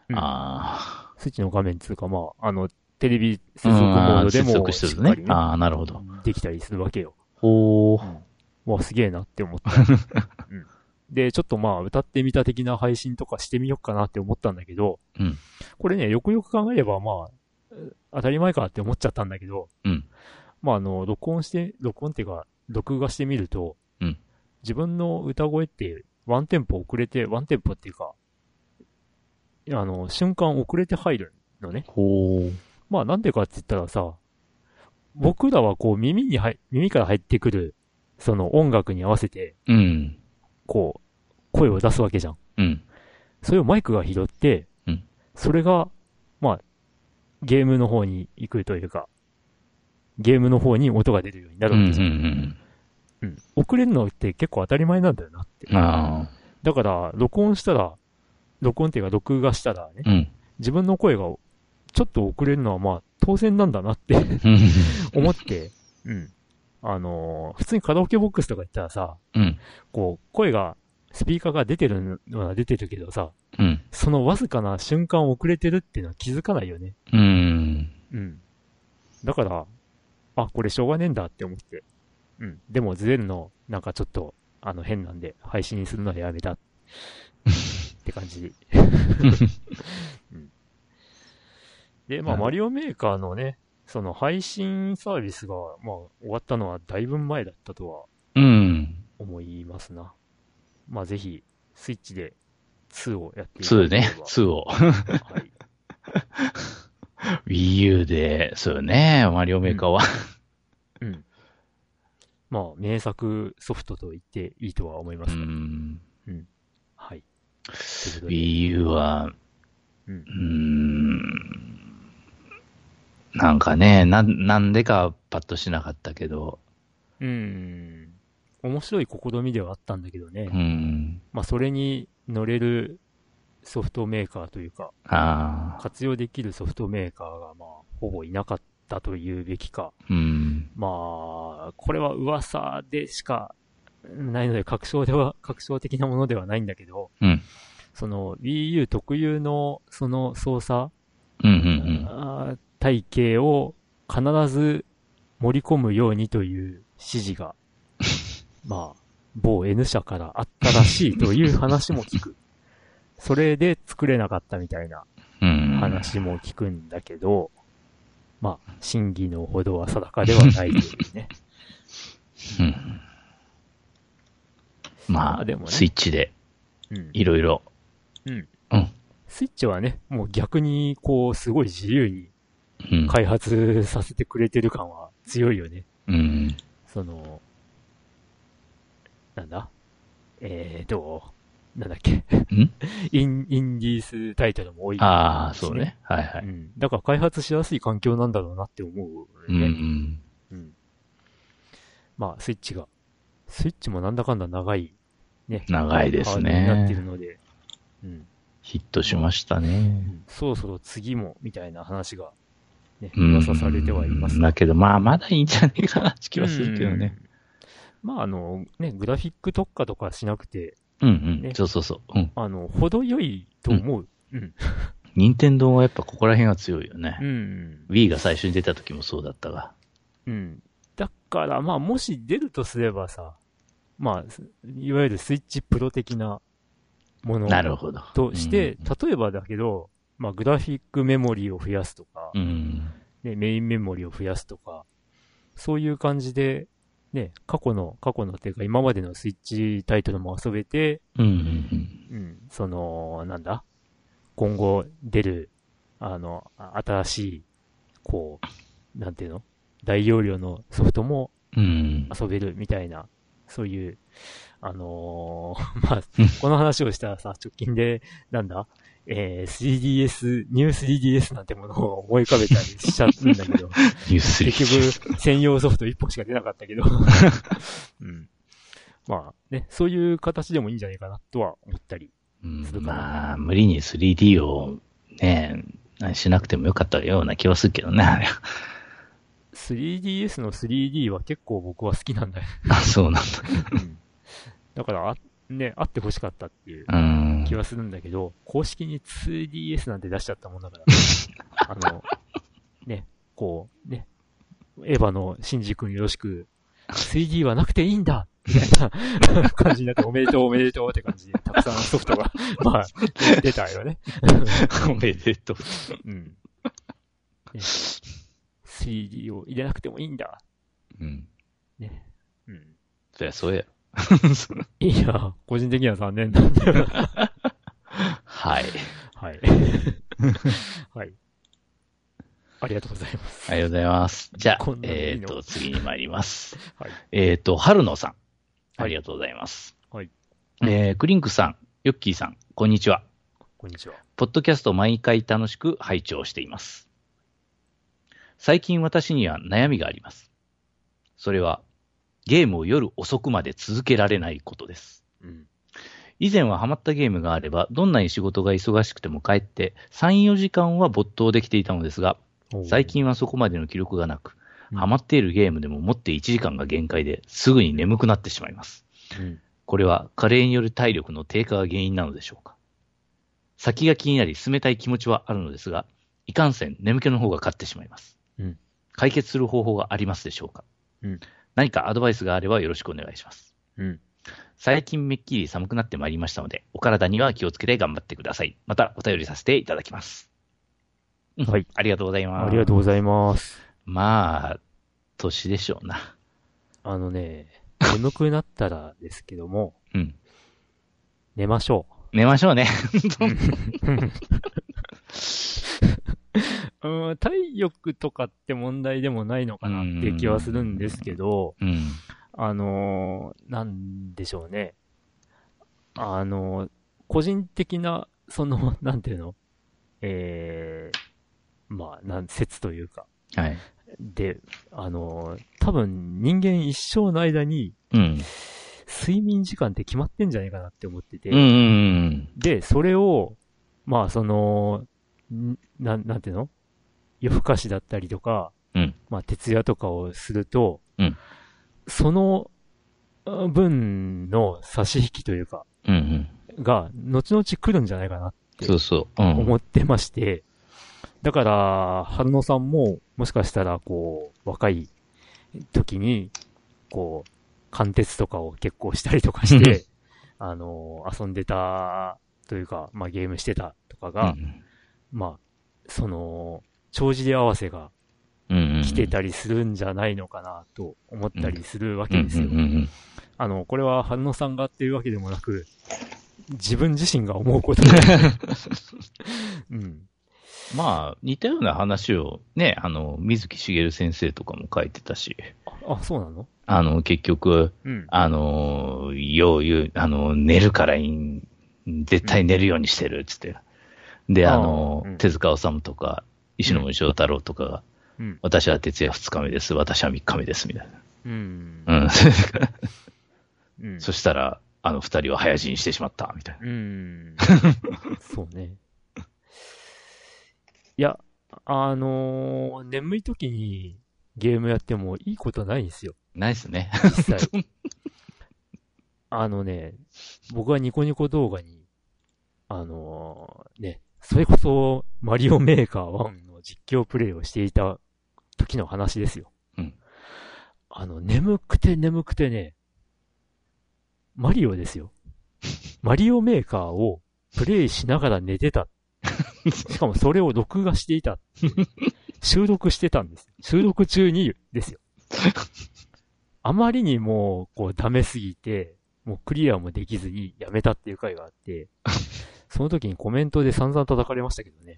A: うん
B: あ
A: スイッチの画面つうか、まあ、あの、テレビ接
B: あ。
A: 続モードで
B: 接
A: も
B: 続
A: し
B: し
A: てっ
B: る
A: かり
B: ね。
A: ね、
B: ああ、なるほど。
A: できたりするわけよ。
B: ほう。
A: うわ、すげえなって
B: <laughs>
A: 思った。うんで、ちょっとまあ、歌ってみた的な配信とかしてみようかなって思ったんだけど、
B: うん
A: これね、よくよく考えれば、まあ、当たり前かって思っちゃったんだけど、
B: うん
A: まあ、あの、録音して、録音っていうか、録画してみると、
B: うん
A: 自分の歌声って、ワンテンポ遅れて、ワンテンポっていうか、あの、瞬間遅れて入るのね。
B: ほう。
A: まあなんでかって言ったらさ、僕らはこう耳に入、耳から入ってくる、その音楽に合わせて、
B: うん。
A: こう、声を出すわけじゃん。
B: うん。
A: それをマイクが拾って、
B: うん
A: それが、まあ、ゲームの方に行くというか、ゲームの方に音が出るようにな
B: う
A: る
B: ん。
A: わ
B: う
A: け
B: ん
A: じゃん。うん遅れるのって結構当たり前なんだよなって
B: うん。。あ
A: だから、録音したら、録音っていうか録画したらね、
B: あ。うん。
A: 自分の声がちょっと遅れるのはまあ当然なんだなって
B: うん。
A: 思って、うん。あのー普通にカラオケボックスとか行ったらさ、
B: うん。
A: こう、声が、スピーカーが出てるのは出てるけどさ、
B: うん。
A: そのわずかな瞬間遅れてるっていうのは気づかないよね。
B: うん。
A: うん。だから、あ、これしょうがねえんだって思って。うん。でもずれるの、なんかちょっと、あの、変なんで、配信するのはやめた。って感じ。うん、で、まあ、
B: なる
A: マリオメーカーのね、その配信サービスが、まあ、終わったのはだいぶ前だったとは
B: うん。
A: 思いますな。まあ、ぜひ、スイッチで2をやっていただ
B: 2
A: けれ
B: ね。2を。
A: ば。はい。
B: Wii U で、そうよね。マリオメーカーは。
A: うん。まあ、名作ソフトと言っていいとは思いま
B: う
A: すが。
B: ん。
A: はい。ということで
B: Wii U は、
A: う
B: うんん。なんかね、なん、なんでかパッとしなかったけど、
A: うーん。面白い試みではあったんだけどね。
B: うん。
A: まあ、それに乗れるソフトメーカーというか、
B: ああ、
A: 活用できるソフトメーカーが、まあ、ほぼいなかったというべきか。
B: うん。
A: まあ、これは噂でしかないので、確証では、確証的なものではないんだけど、
B: うん
A: その Wii U 特有のその操作、
B: うん、うん、
A: あー体系を必ず盛り込むようにという指示
B: <laughs>
A: が、まあ、某 N 社からあったらしいという話も聞く。それで作れなかったみたいな
B: うん。うん。
A: 話も聞くんだけど、まあ、真偽のほどは定かではないという
B: <laughs>
A: ね。
B: うん。ま
A: まあ
B: あ、
A: でもね
B: スイッチで、
A: うん
B: いろいろ。
A: スイッチはね、もう逆にこう、すごい自由に
B: うん。
A: 開発させてくれてる感は強いよね。
B: うん。
A: その、なんだえーと、なんだっけ。
B: ん
A: <laughs> イン、インディースタイトルも多い。
B: ああ、そうね。はいうはい。
A: ん。だから開発しやすい環境なんだろうなって思う
B: う
A: ね。
B: ん。
A: うんまあ、スイッチが。スイッチもなんだかんだ長い、ね。
B: 長いですね
A: ハードになってるので。うん。
B: ヒットしましたね。
A: そろそろ次も、みたいな話がね、
B: うん
A: 噂されてはいますが
B: だけど、まあ、まだいいんじゃないかなって気はするけどね。
A: うん。まあ、あの、ね、グラフィック特化とかしなくて、
B: うんうん
A: ね。
B: そうそうそう。うん。
A: あの、程よいと思う。
B: 任天堂はやっぱここら辺は強いよね
A: う。ん。
B: Wii が最初に出た時もそうだったが。
A: うん。だから、まあ、もし出るとすればさ、まあ、すいわゆるスイッチプロ的なもの
B: なるほど。
A: として、例えばだけど、まあ、グラフィックメモリーを増やすとか、
B: うん、うん。
A: ね、メインメモリーを増やすとか、そういう感じで、ね、過去の、過去のっていうか、今までのスイッチタイトルも遊べて、
B: うんうんうん。
A: うん、その、なんだ、今後出る、あの、あ新しい、こう、なんていうの大容量のソフトも
B: うん。
A: 遊べるみたいな、そういう、あの <laughs> ーまあ、この話をしたらさ、直近で、なんだ、えー、3DS、ニュー 3DS なんてものを思い浮かべたりしちゃうんだけど、
B: ニュースリー
A: 結局、専用ソフト1本しか出なかったけど、うん。まあね、そういう形でもいいんじゃないかなとは思ったり。するかな
B: まあ、無理に 3D をね、しなくてもよかったような気はするけどね、あれ
A: 3DS の 3D は結構僕は好きなんだよ。
B: あ、そうなん
A: うん <laughs> だから、あね、あってほしかったっていう。
B: だ。うん
A: 気。はするんだけど、公式に 2DS なんて出しちゃったもんだから、あの、ね、こう、ね、エヴァのシンジ君よろしく、3D はなくていいんだみたいな感じになって、おめでとうおめでとうって感じで、たくさんソフトが、 <laughs> まあ、出たよね。
B: おめでとう。
A: うん。ね 3D を入れなくてもいいんだ。
B: うん。
A: ね。うん。
B: そりゃそうや。
A: いや、個人的には残 <laughs> 念なんだよな。
B: はい。
A: <laughs> はい。はい。ありがとうございます。
B: ありがとうございます。じゃあ
A: こん、なのいいの
B: えっ、と、次に参ります。
A: <laughs> はい
B: えっ、と、春野さん。
A: はい
B: ありがとうございます。
A: はい。
B: えー、クリンクさん、ヨッキーさん、こんにちは。
A: こんにちは。
B: ポッドキャスト毎回楽しく拝聴しています。最近私には悩みがあります。それは、ゲームを夜遅くまで続けられないことです。
A: うん。
B: 以前はハマったゲームがあれば、どんなに仕事が忙しくても帰って、3、4時間は没頭できていたのですが、最近はそこまでの記録がなく、
A: うん
B: ハマっているゲームでも持って1時間が限界ですぐに眠くなってしまいます。
A: うん、
B: これは加齢による体力の低下が原因なのでしょうか先が気になり進めたい気持ちはあるのですが、いかんせん眠気の方が勝ってしまいます。
A: うん
B: 解決する方法がありますでしょうか、
A: うん
B: 何かアドバイスがあればよろしくお願いします。
A: うん。
B: 最近めっきり寒くなってまいりましたので、お体には気をつけて頑張ってください。またお便りさせていただきます。うん
A: はい。
B: ありがとうございます。
A: ありがとうございます。
B: まあ、年でしょうな。
A: あのね、眠くなったらですけども、
B: うん。
A: 寝ましょ
B: 寝まし <laughs> ょうね。
A: <laughs> う。うん、体力とかって問題でもないのかなって気はするんですけど、
B: うん。
A: あのーなんでしょうね。あのー個人的な、その、 <laughs> なんていうのえー、まあ、なん、説というか。
B: はい。
A: で、あのー多分人間一生の間に、
B: うん。
A: 睡眠時間って決まってんじゃないかなって思ってて、
B: うんうん
A: で、それを、まあその、んなん、なんていうの夜更かしだったりとか、
B: うん
A: まあ徹夜とかをすると、
B: うん
A: そのあ分の差し引きというか、
B: うん。うんうん。
A: が、後々来るんじゃないかな
B: そうそう。うん。
A: と思ってまして、だから、春野さんも、もしかしたら、こう、若い時に、こう、貫徹とかを結構したりとかして、 <laughs> あの、遊んでたというか、まあゲームしてたとかが、まあ、その、長尻合わせが
B: うん。
A: 来てたりするんじゃないのかなと思ったりするわ
B: うん
A: けですよ
B: うん。うん
A: あの、これは春野さんがっていうわけでもなく、自分自身が思うことなんで
B: <laughs>
A: うん。
B: まあ、似たような話をね、あの、水木しげる先生とかも書いてたし、
A: あ、そうなの
B: あの、結局、
A: うん。
B: あの、よう言う、あの、寝るからいいん、絶対寝るようにしてる、つって。で、
A: あー
B: あの
A: うん、
B: 手塚治虫とか、石ノ森章太郎とかが、
A: うん。
B: 私は徹夜二日目です、私は三日目です、みたい
A: うん。
B: な。 <laughs> うん。
A: うん。
B: そしたら、あの二人は早死にしてしまっ
A: <laughs>
B: た、みたいな。
A: うん。そうね。いや、あのー眠い時にゲームやってもいいことないんですよ。
B: ないっすね。 <laughs>
A: 実際。あのね、僕はニコニコ動画に、あのーね、それこそマリオメーカー1の実況プレイをしていた時の話ですよ。
B: うん
A: あの、眠くて眠くてね、マリオです
B: <laughs>
A: よ。マリオメーカーをプレイしながら寝て
B: <laughs>
A: た。しかもそれを録画していた。収録してたんです。収録中にですよあまりにも、こう、ダメすぎて、もうクリアもできずにやめたっていう回があって、その時にコメントで散々叩かれましたけどね。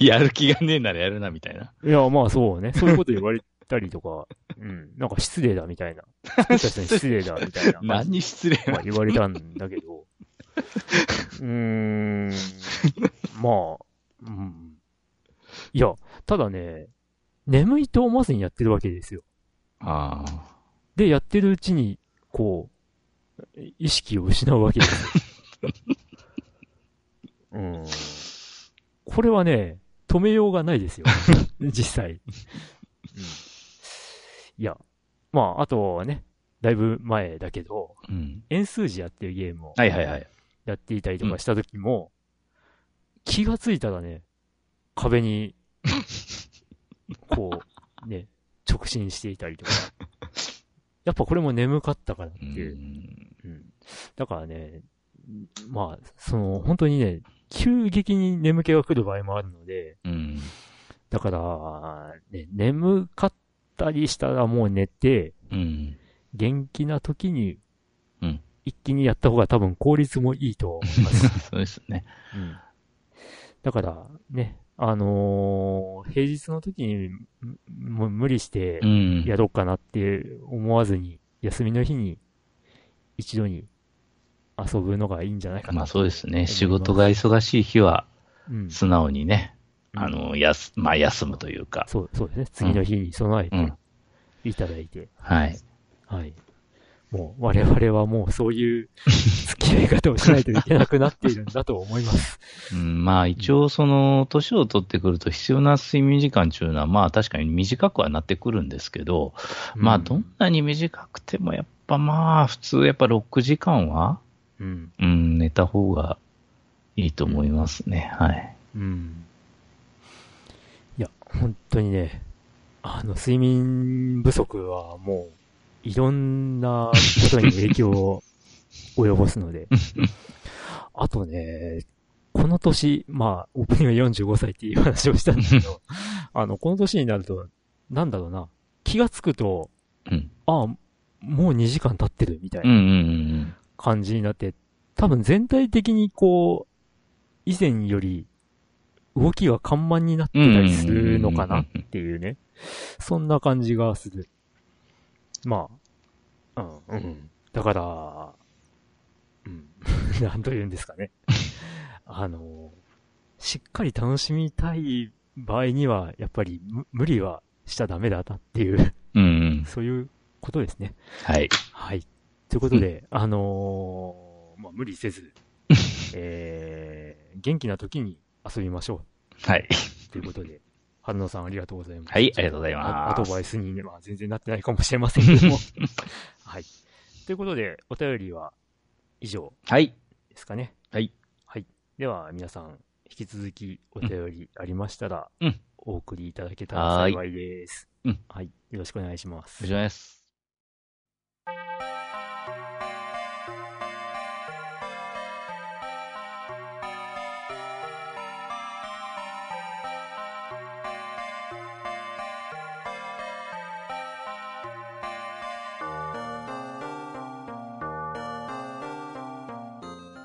B: やる気がねえならやるな、みたいな。
A: うんいや、まあそうね。そういうこと言われたりとか、うん。なんか失礼だみたいな。作った人に失礼だみたいな。
B: 何失礼
A: まあ
B: な。
A: 言われたんだけど。うーん。まあ、うん。いや、ただね、眠いと思わずにやってるわけですよ。
B: ああ。
A: で、やってるうちに、こう、意識を失うわけですよ。
B: <laughs>
A: うん。これはね、止めようがないですよ。 <laughs> 実際。いや、まあ、あとはね、だいぶ前だけど、
B: うん。
A: 円数字やっていうゲームを
B: はいはいはい。
A: やっていたりとかした時も、気がついたらね、壁に、こう、ね、直進していたりとか。やっぱこれも眠かったからっていう。
B: うん
A: うんだからね、まあ、その、本当にね、急激に眠気が来る場合もあるので、
B: うん。
A: だから、ね、眠かったりしたらもう寝て、
B: <laughs> うん。
A: 元気な時に
B: うん、
A: 一気にやった方が多分効率もいいと思います。
B: そうですね。
A: うんだから、ね、あのー平日の時にむむ無理して
B: うん。
A: やろうかなって思わずに、休みの日に一度に遊ぶのがいいんじゃないかな。
B: まあそうですね。仕事が忙しい日は、
A: うん
B: 素直にね、
A: うん
B: あの、やす、まあ休むというか。
A: そう、そうですね。次の日に備え
B: うん
A: て。いただいて、
B: はい。
A: はい。もう、我々はもうそういう付き合い方をしないといけなくなっているんだと思います。
B: うん、まあ一応その、年を取ってくると必要な睡眠時間っていうのは、まあ確かに短くはなってくるんですけど、 <laughs> まあどんなに短くてもやっぱまあ普通やっぱ6時間は、
A: うん。
B: うん、寝た方がいいと思いますね。はい。
A: うん。いや、本当にね、あの、睡眠不足はもう、いろんなことに影響を及ぼすので。あとね、この年、まあ、オープニングは45歳っていう話をしたんだけど、あの、この年になると、なんだろうな、気がつくと、
B: うん。
A: ああ、もう2時間経ってるみたい
B: うん
A: な
B: うんうん
A: 感じになって、多分全体的にこう、以前より動きが緩慢になって
B: うん。
A: たりするのかな
B: う
A: っ
B: んうん
A: ていうね。そんな感じがする。まあ、うん、うん。だから、うん、 <laughs> なんと言うんですかね。あの、しっかり楽しみたい場合には、やっぱり無無理はしちゃダメだなっていう、
B: うんうん。うんうん
A: そういうことですね。
B: はい。
A: はい。ということで、あのーまあ、無理せ
B: <laughs>
A: ず、えー、元気な時に遊びましょ
B: はい。
A: うということで、春野さんありがとうございます。
B: はい、ありがとうござい
A: あ
B: ま
A: ア
B: す。
A: ドバイスに、ね、まあ、全然なってないかもしれませんけど
B: <laughs>
A: も。はい。ということで、お便りは以上
B: はい。
A: ですかね。
B: はい。
A: はい。では、皆さん、引き続きお便りありましたら、
B: うん
A: お送りいただけたら幸いです。
B: はーいうん
A: はい。よろしくお願いします。
B: お願いします。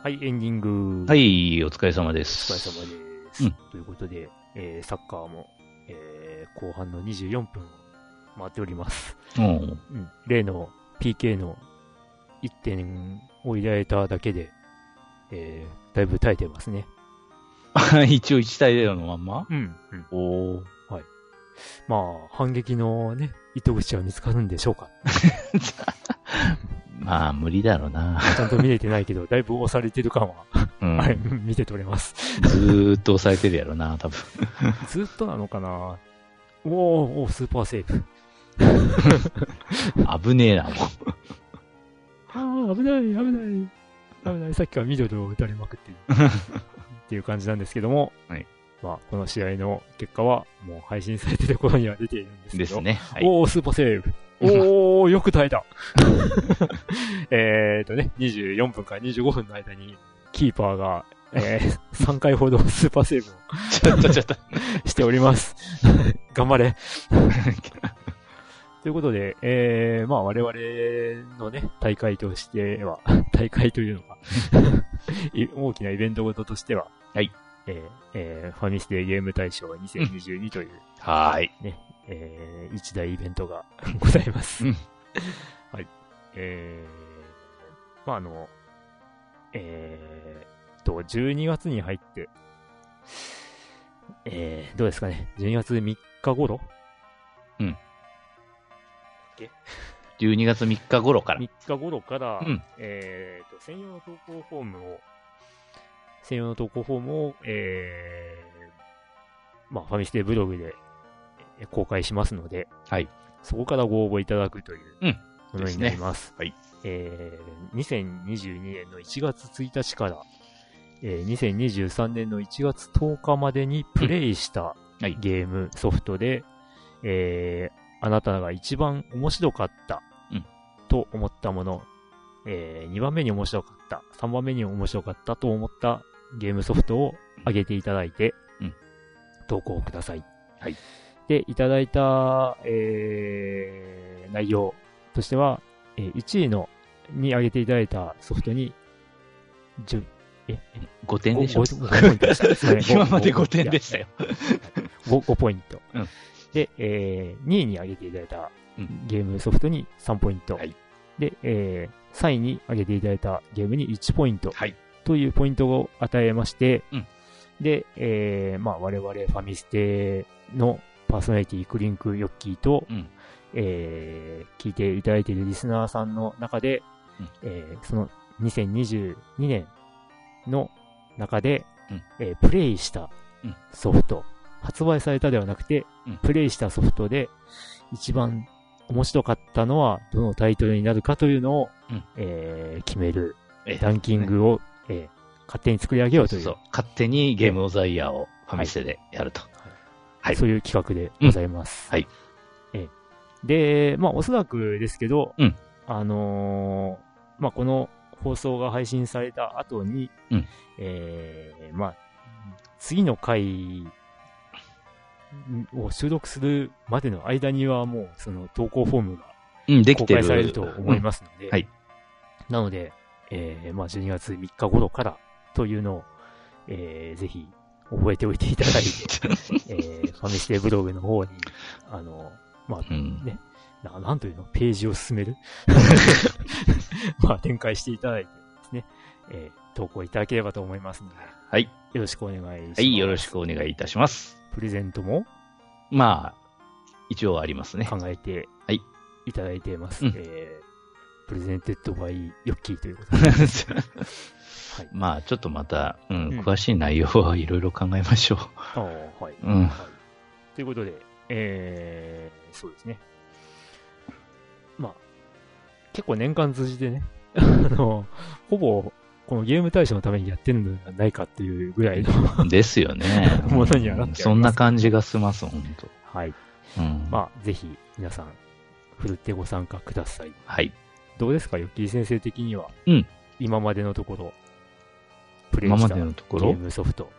A: はい、エンディング。
B: はい、お疲れ様で
A: お疲れ
B: す。
A: 様です。
B: うん
A: ということで、えーサッカーも、えー後半の24分を回っております。
B: うん。 <laughs>
A: うん、例の PK の1点を入れられただけで、えーだいぶ耐えてますね。
B: 一応1対0のまんま
A: うん、うん。
B: おー。
A: まあ、反撃のね、糸口は見つかるんでしょうか。
B: まあ、無理だろうな。
A: <laughs> ちゃんと見れてないけど、だいぶ押されてる感は
B: うん
A: はい、見て取れます。
B: ずーっと抑えてるやろな、多分。
A: ずっとなのかなおーおースーパーセーブ。
B: 危ねえな、も
A: ああ、危ない、危ない。危ない、さっきからミドルを打たれまく
B: <laughs>
A: っている。っていう感じなんですけども、
B: はい
A: まあ、この試合の結果は、もう配信されてる頃には出ているんですけ
B: う。で
A: ど、
B: すね。はい。
A: おー、スーパーセーブ。おー、よく耐えた。 <laughs> えーとね、24分から25分の間に、キーパーが、え
B: <laughs>
A: ー、3回ほどスーパーセーブを
B: ちょっとちょっと。
A: <laughs> しております。 <laughs> 頑張
B: <laughs>
A: れ。ということで、えー、まあ我々のね、大会としては、 <laughs> 大会というのは、
B: <laughs>
A: い大きなイベントごととしては、
B: はい。
A: えーえーファミステゲーム大賞2022という、
B: はーい。
A: えー一大イベントが <laughs> ございます。
B: うん
A: はい。えー、まああの、えーと、12月に入って、えー、どうですかね、12月3日頃
B: 12月3日頃から。
A: 3日頃から、
B: うん
A: えーと、専用の投稿フォームを、専用の投稿フォームを、えー、まあ、ファミステブログでえー公開しますので、
B: はい。
A: そこからご応募いただくという
B: うん
A: ものになります。
B: ですねはい
A: えー、2022年の1月1日から、えー、2023年の1月10日までにプレイした
B: うんはい
A: ゲーム、ソフトで、えー、あなたが一番面白かった
B: うん
A: と思ったもの、えー、2番目に面白かった、3番目に面白かったと思ったゲームソフトを上げていただいて、
B: うん
A: 投稿ください。
B: はい。
A: で、いただいた、えー、内容としては、えー1位の、に上げていただいたソフトに、10、え、
B: 5
A: え
B: 点
A: ご
B: でし
A: ご。
B: ょ。
A: ごポイントでしたですね
B: <laughs> 今まで5点でしたよ。
A: 5, 5ポイント。
B: うん
A: で、えー2位に上げていただいた
B: うん
A: ゲームソフトに3ポイント。
B: はい
A: で、えー3位に上げていただいたゲームに1ポイント
B: はい。
A: というポイントを与えまして、
B: うん
A: で、えーまあ、我々ファミステのパーソナリティクリンクヨッキーと、
B: うん
A: えー聞いていただいているリスナーさんの中で、
B: うん
A: えーその2022年の中で、
B: うん
A: えープレイした
B: うん
A: ソフト、発売されたではなくて、
B: うん
A: プレイしたソフトで一番面白かったのはどのタイトルになるかというのを、
B: うん
A: えー決める
B: え
A: ランキングを、えー勝手に作り上げようという、
B: そう。勝手にゲームオブザイヤーをファミステでやると。はい
A: そういう企画でございます。
B: うんはい
A: えーで、まあ、おそらくですけど、
B: うん
A: あのーまあ、この放送が配信された後に、
B: うん
A: えーまあ、次の回を収録するまでの間には、もう、その投稿フォームが
B: うん、でき
A: 公
B: てる。
A: 開されると思いますので、
B: んはい
A: なので、えーまあ、12月3日頃からというのを、えーぜひ覚えておいていただいて、
B: <laughs>
A: えーファミステブログの方に、あの、
B: うん。
A: ななんというの、ページを進
B: <laughs>
A: めるまあ、展開していただいてですね、えー投稿いただければと思いますので、
B: はい。
A: よろしくお願いします。
B: はい、よろしくお願いいたします。
A: プレゼントも
B: まあ、一応ありますね。
A: 考えて
B: はい
A: いただいています。
B: うん
A: えープレゼンテッドバイヨッキーということ
B: <laughs>
A: で。はい。
B: まあ、ちょっとまた、うん
A: うん、
B: 詳しい内容はいろいろ考えましょ
A: ああ、はい。
B: う。う
A: は
B: ん。
A: い。ということで、えー、そうですね。まあ、結構年間通じてね、 <laughs> あの、ほぼ、このゲーム対象のためにやってるのではないかっていうぐらいの、。
B: ですよね
A: ものにはなってあります
B: そんな感じがします、本
A: はい。
B: 当。うん。
A: まあ、ぜひ、皆さん、ふるってご参加ください。
B: はい。
A: どうですか、よっきり先生的には。
B: うん
A: 今までのところ、プレイ
B: 今ま
A: した
B: で
A: ゲ
B: のところ
A: ー。ムソフト。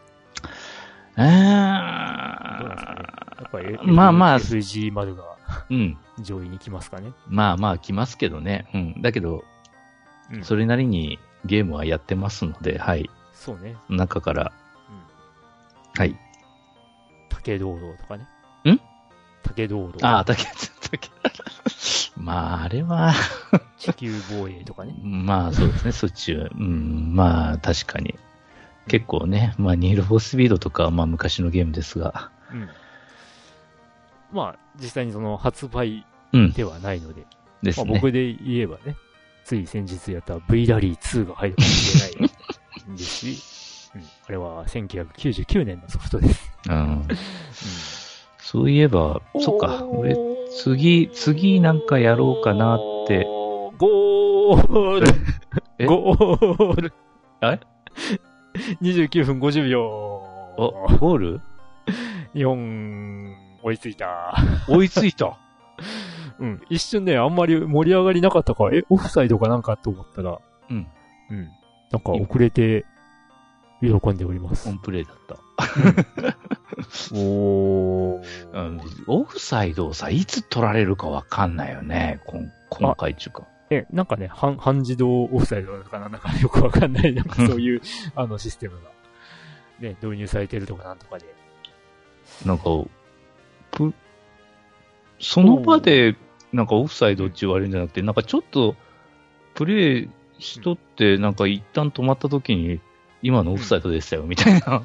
B: えー
A: どうなんですかね。やっぱり、
B: まあまあ
A: FG 丸が
B: うん。
A: 上位に来ますかね。
B: まあまあ、来ますけどね。うん。だけど、
A: うん
B: それなりにゲームはやってますので、はい。
A: そうね。
B: 中から、
A: うん。
B: はい。
A: 竹道道とかね。
B: ん
A: 竹道道。
B: ああ、竹内、竹内 <laughs> まあ、あれは、
A: 地球防衛とか
B: <laughs>
A: ね。
B: まあそうですね、そっちは。うん、まあ確かに。結構ね、まあニール・フォースピードとかはまあ昔のゲームですが。
A: うん。まあ、実際にその発売
B: うん、
A: ではないので、
B: で
A: ますあ
B: ね。
A: 僕で言えばね、つい先日やった V ラリー2が入るかもしれないですし、うん、あれは1999年のソフトです。
B: うん。そういえば、そっか、俺、次、次なんかやろうかなって。
A: ゴー
B: え
A: ルゴール
B: あれ
A: ?29 分50秒。
B: お、ゴール
A: 日本、追いついた。
B: 追いついた。
A: うん。一瞬ね、あんまり盛り上がりなかったから、え、オフサイドかなんかと思ったら、
B: うん。
A: うん。なんか遅れて、喜んでおります
B: オ。ンプレイだった。
A: お
B: うん、オフサイドをさ、いつ取られるかわかんないよね。こん今回中か。
A: え、なんかね、半、半自動オフサイドだかな、なんかよくわかんない、なんかそういう、あの、システムが、ね、導入されてるとかなんとかで。
B: なんか、ぷ、その場で、なんかオフサイドって言われるんじゃなくて、なんかちょっと、プレイしとって、なんか一旦止まった時に、今のオフサイドでしたよ、みたいな。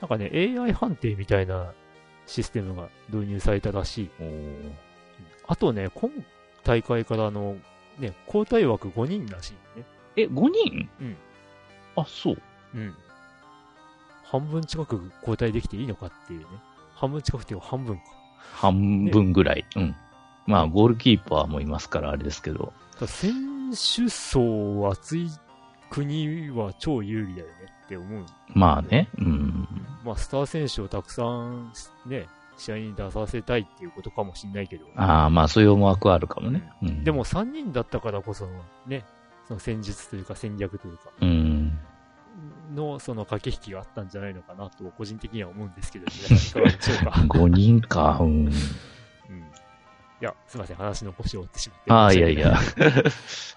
A: なんかね、AI 判定みたいなシステムが導入されたらしい。あとね、今大会からあの、ね、交代枠5人らしいね。
B: <laughs> え、5人
A: うん
B: あ、そう。
A: うん。半分近く交代できていいのかっていうね。半分近くっていうか半分か。
B: 半分ぐらい。うん。まあ、ゴールキーパーもいますから、あれですけど。
A: だから選手層厚い国は超有利だよねって思う。
B: まあね。うん。
A: まあ、スター選手をたくさんね、試合に出させたいっていうことかもしんないけど。
B: ああ、まあ、そういう思惑はあるかもね。うん、
A: で、も3人だったからこそのね、その戦術というか戦略というか、
B: うん。
A: のその駆け引きがあったんじゃないのかなと、個人的には思うんですけど、皆さんいかがでしょうか。
B: <laughs> 5人か。うん。
A: うん、いや、すいません、話の腰を折ってしまって。
B: ああ、いやいや
A: 申し。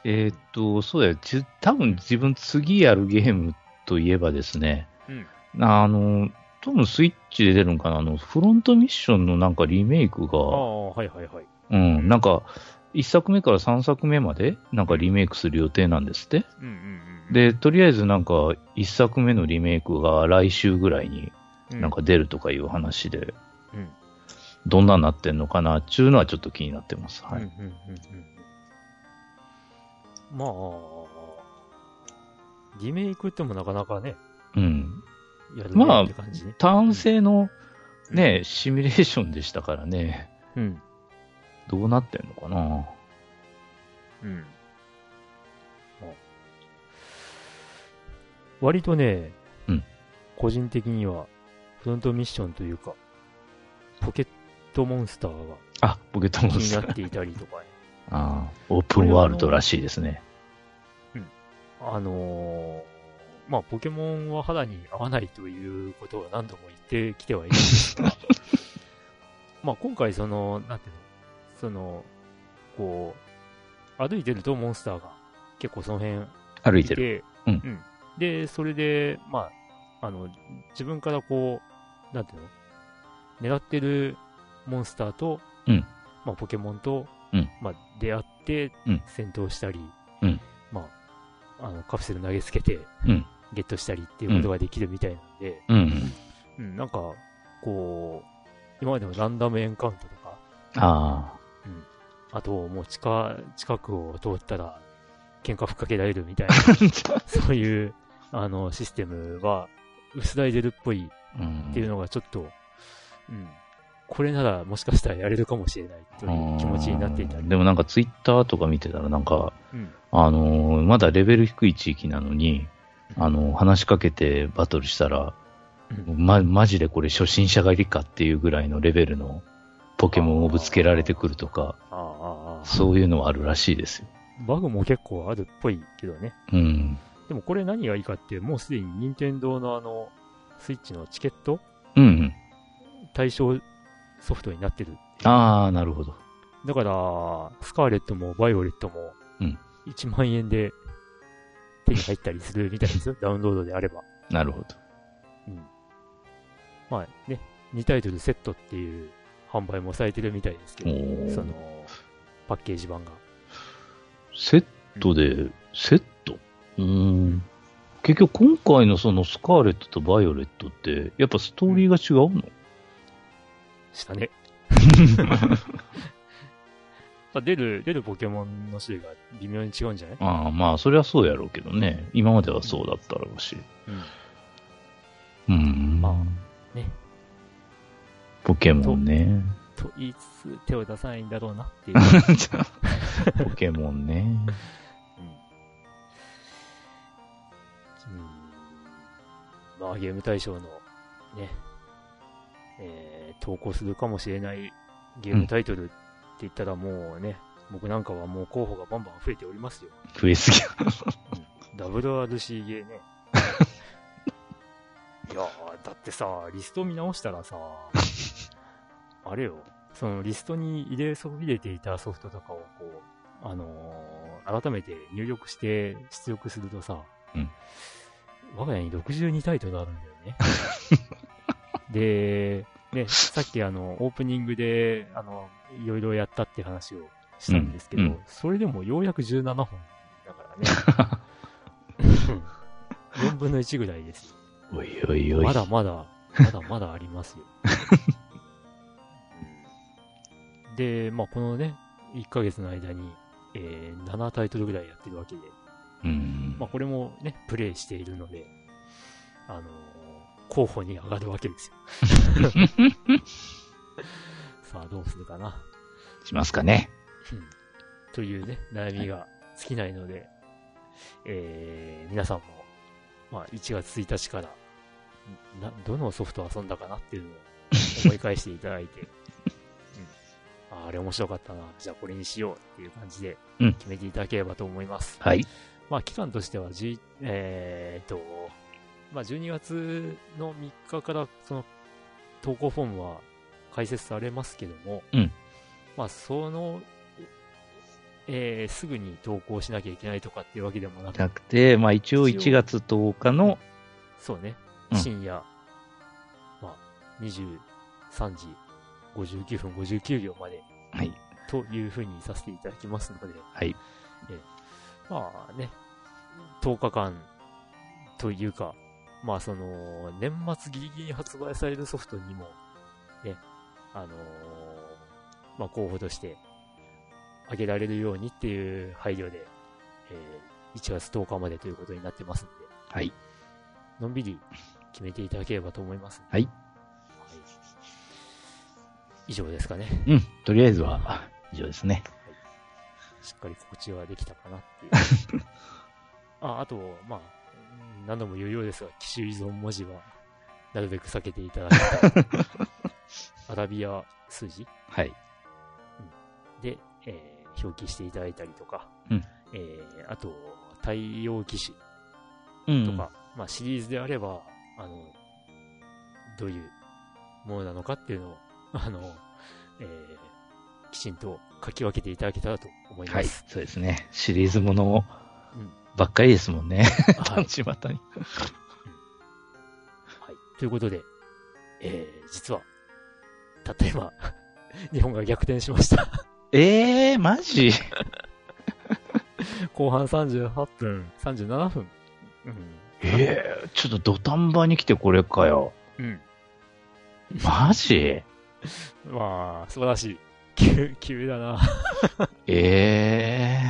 B: <laughs> えーっと、そうだよ。ち多分自分次やるゲームといえばですね、
A: うん
B: あの、多分スイッチで出るのかなあの、フロントミッションのなんかリメイク
A: 訳ない。あ
B: が、
A: あ、はいはいはい。
B: うん、なんか、1作目から3作目まで、なんかリメイクする予定なんですって。
A: うんうんうん。、
B: で、とりあえずなんか、1作目のリメイクが来週ぐらいになんか、出るとかいう話で、
A: うん
B: どんなになってんのかなっていうのはちょっと気になってます。
A: うんうん
B: はい。
A: うんうんうん。まあ、リメイクってもなかなかね、
B: うん
A: やる
B: まあ
A: ねって感じね。
B: 単性のね、シミュレーションでしたからね、
A: うん。
B: どうなってんのかな。
A: うん。あ割とね、
B: うん
A: 個人的には、フロントミッションというか、ポケットモンスターが
B: あ、ポケットモ
A: 気
B: ン
A: に
B: スター。
A: なっていたりとか <laughs> ね、
B: あーオープンワールドらしいですね。
A: あのーまあ、ポケモンは肌に合わないということは何度も言ってきてはいるんです
B: <laughs>
A: が、まあ、今回その、なんていうの、その、こう、歩いてるとモンスターが結構その辺
B: 歩
A: い
B: いてる。うん
A: で、それで、まあ、あの、自分からこう、なんていうの狙ってるモンスターと、
B: うん
A: まあ、ポケモンと、
B: うん
A: まあ、出会って
B: うん、
A: 戦闘したり、
B: うん
A: まあ、あの、カプセル投げつけて、
B: うん
A: ゲットしたりっていうことができるみたいなんで、
B: うん。
A: うん、なんか、こう、今までのランダムエンカウントとか、 <laughs>
B: あ
A: あと、もう地下、近くを通ったら、喧嘩ふっかけられるみたいな、
B: あ。
A: そういう、あの、システムが薄らいでるっぽい
B: うん
A: っていうのがちょっと、うん。これならもしかしたらやれるかもしれないという気持ちになっていた
B: う
A: り。
B: んでもなんかツイッターとか見てたらなんか、
A: うん。
B: あのーまだレベル低い地域なのに、あのー話しかけてバトルしたら、
A: うん
B: ま、マジでこれ初心者狩りかっていうぐらいのレベルのポケモンをぶつけられてくるとか、
A: あああああ
B: そういうのはあるらしいですよ。
A: あバグも結構あるっぽいけどね。
B: うん。
A: でもこれ何がいいかって、もうすでに任天堂のあの、スイッチのチケット
B: うんうん。
A: 対象ソフトになってる。
B: ああ、なるほど。
A: だから、スカーレットもバイオレットも
B: うん、
A: 1万円で手に入ったりするみたいですよ。ダウンロードであれば。
B: なるほど。
A: うん。まあね、2タイトルセットっていう販売もされてるみたいですけど、
B: おー
A: その、パッケージ版が。
B: セットで、セットうーん。結局今回のそのスカーレットとバイオレットって、やっぱストーリーが
A: <laughs>
B: 違うの、
A: したね。ぱ出る、出るポケモンの種類が微妙に違うんじゃない
B: ああ、まあ、それはそうやろうけどね。今まではそうだったろうし。
A: うん。
B: うん、
A: ま
B: あ
A: ね。
B: ポケモンね。
A: と言いつつ、手を出さないんだろうなっていう。
B: <laughs> ポケモンね。
A: うん。まあ、ゲーム対象の、ね、えー、投稿するかもしれないゲームタイトルって言ったらもうね、僕なんかはもう候補がバンバン増えておりますよ。
B: 増えすぎ。
A: WRC ゲーね。いやー、だってさ、リスト見直したら
B: <laughs>
A: さ、あれよ、そのリストに入れそびれていたソフトとかをこう、あのー改めて入力して出力するとさ、
B: うん
A: 我が家に62タイトルあるんだよ
B: <laughs>
A: ね。で、ね、さっきあの、オープニングで、あの、いろいろやったって話をしたんですけど、
B: うんうん
A: それでもようやく17本だ
B: <laughs>
A: からね。4分の1ぐらいですよ。
B: おいおいおい。
A: まだまだ、まだまだありますよ。うんで、まあ、このね、1ヶ月の間に、えー7タイトルぐらいやってるわけで、
B: うん。
A: まあ、これもね、プレイしているので、あのー候補に上がるわけですよ。 <laughs> さあ、どうするかな。
B: しますかね。
A: うんというね、悩みが尽きないので、えー、皆さんも、まあ、1月1日から、な、どのソフトを遊んだかなっていうのを思い返していただい
B: <laughs>
A: て、うん、ああれ面白かったな、じゃあこれにしようっていう感じで、
B: うん
A: 決めていただければと思います。
B: はい。
A: まあ、期間としては、じゅいえーっと、まあ、12月の3日から、その、投稿フォームは開設されますけども、
B: うん
A: まあ、その、えーすぐに投稿しなきゃいけないとかっていうわけでもなく、
B: なくて、まあ一応1月10日の、
A: そうね
B: う、ん
A: 深夜、まあ、23時59分59秒まで
B: はい。
A: というふうにさせていただきますので、
B: はい。
A: まあね、10日間というか、まあその、年末ギリギリに発売されるソフトにも、ね、あのーまあ候補として、あげられるようにっていう配慮で、えー1月10日までということになってますので、
B: はい。
A: のんびり決めていただければと思います。
B: は
A: は
B: い
A: い以上ですかね。
B: うん。とりあえずは、以上ですね。
A: しっかり告知はできたかなっていう。
B: <laughs>
A: ああと、まあ、うん何度も言うようですが、機種依存文字は、なるべく避けていただきたい。
B: <laughs>
A: アラビア数字
B: はい。
A: で、えー表記していただいたりとか、
B: うん
A: えーあと、対応機種
B: うん
A: とか、まあシリーズであれば、あの、どういうものなのかっていうのを、あの、えーきちんと書き分けていただけたらと思い
B: は
A: ま
B: い。
A: す。
B: そうですね。シリーズもの
A: うん
B: ばっかりですもんね。。
A: はい
B: <laughs> 巷に。
A: はい。ということで、えー、実は、たった今、 <laughs> 日本が逆転しました。 <laughs>
B: ええー、マジ
A: 後半38分、37分。
B: ええー、ちょっと土壇場に来てこれかよ。
A: うん。うん。
B: マジ
A: まあ、素晴らしい。急、急だ <laughs> な。
B: え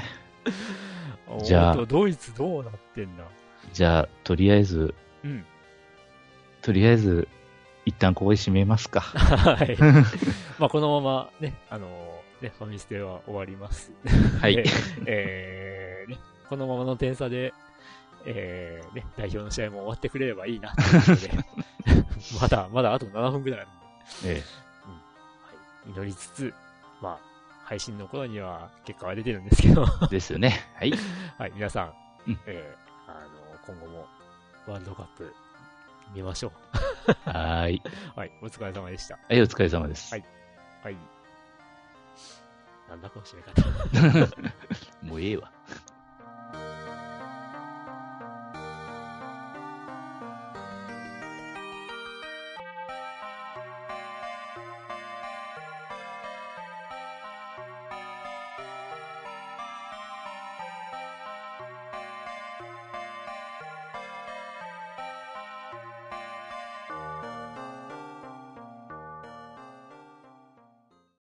B: えじゃあ
A: おっとドイツどうなってんだ
B: ー。じゃあ、とりあえず、
A: うん。
B: とりあえず、一旦ここで締め <laughs> ますか。
A: <laughs> はい。まあ、このまま、ね、あのーね、ファミステは終わります。 <laughs>
B: は
A: で
B: い。
A: えーね、このままの点差で、えーね、代表の試合も終わってくれればいいな、という <laughs> ことで。まだ、まだあと7分くらいあるんで。
B: え
A: はい、祈りつつ、まあ、配信の頃には結果は出てるんですけど、 <laughs> は
B: えですよね。 <laughs> はい。
A: い、皆さん、
B: うん
A: えーあの、今後もワールドカップ見ましょ
B: はーい。
A: う。はい、お疲れ様でした。
B: はい、お疲れ様です。
A: はいはい。なんだこの締め方。
B: もうええわ。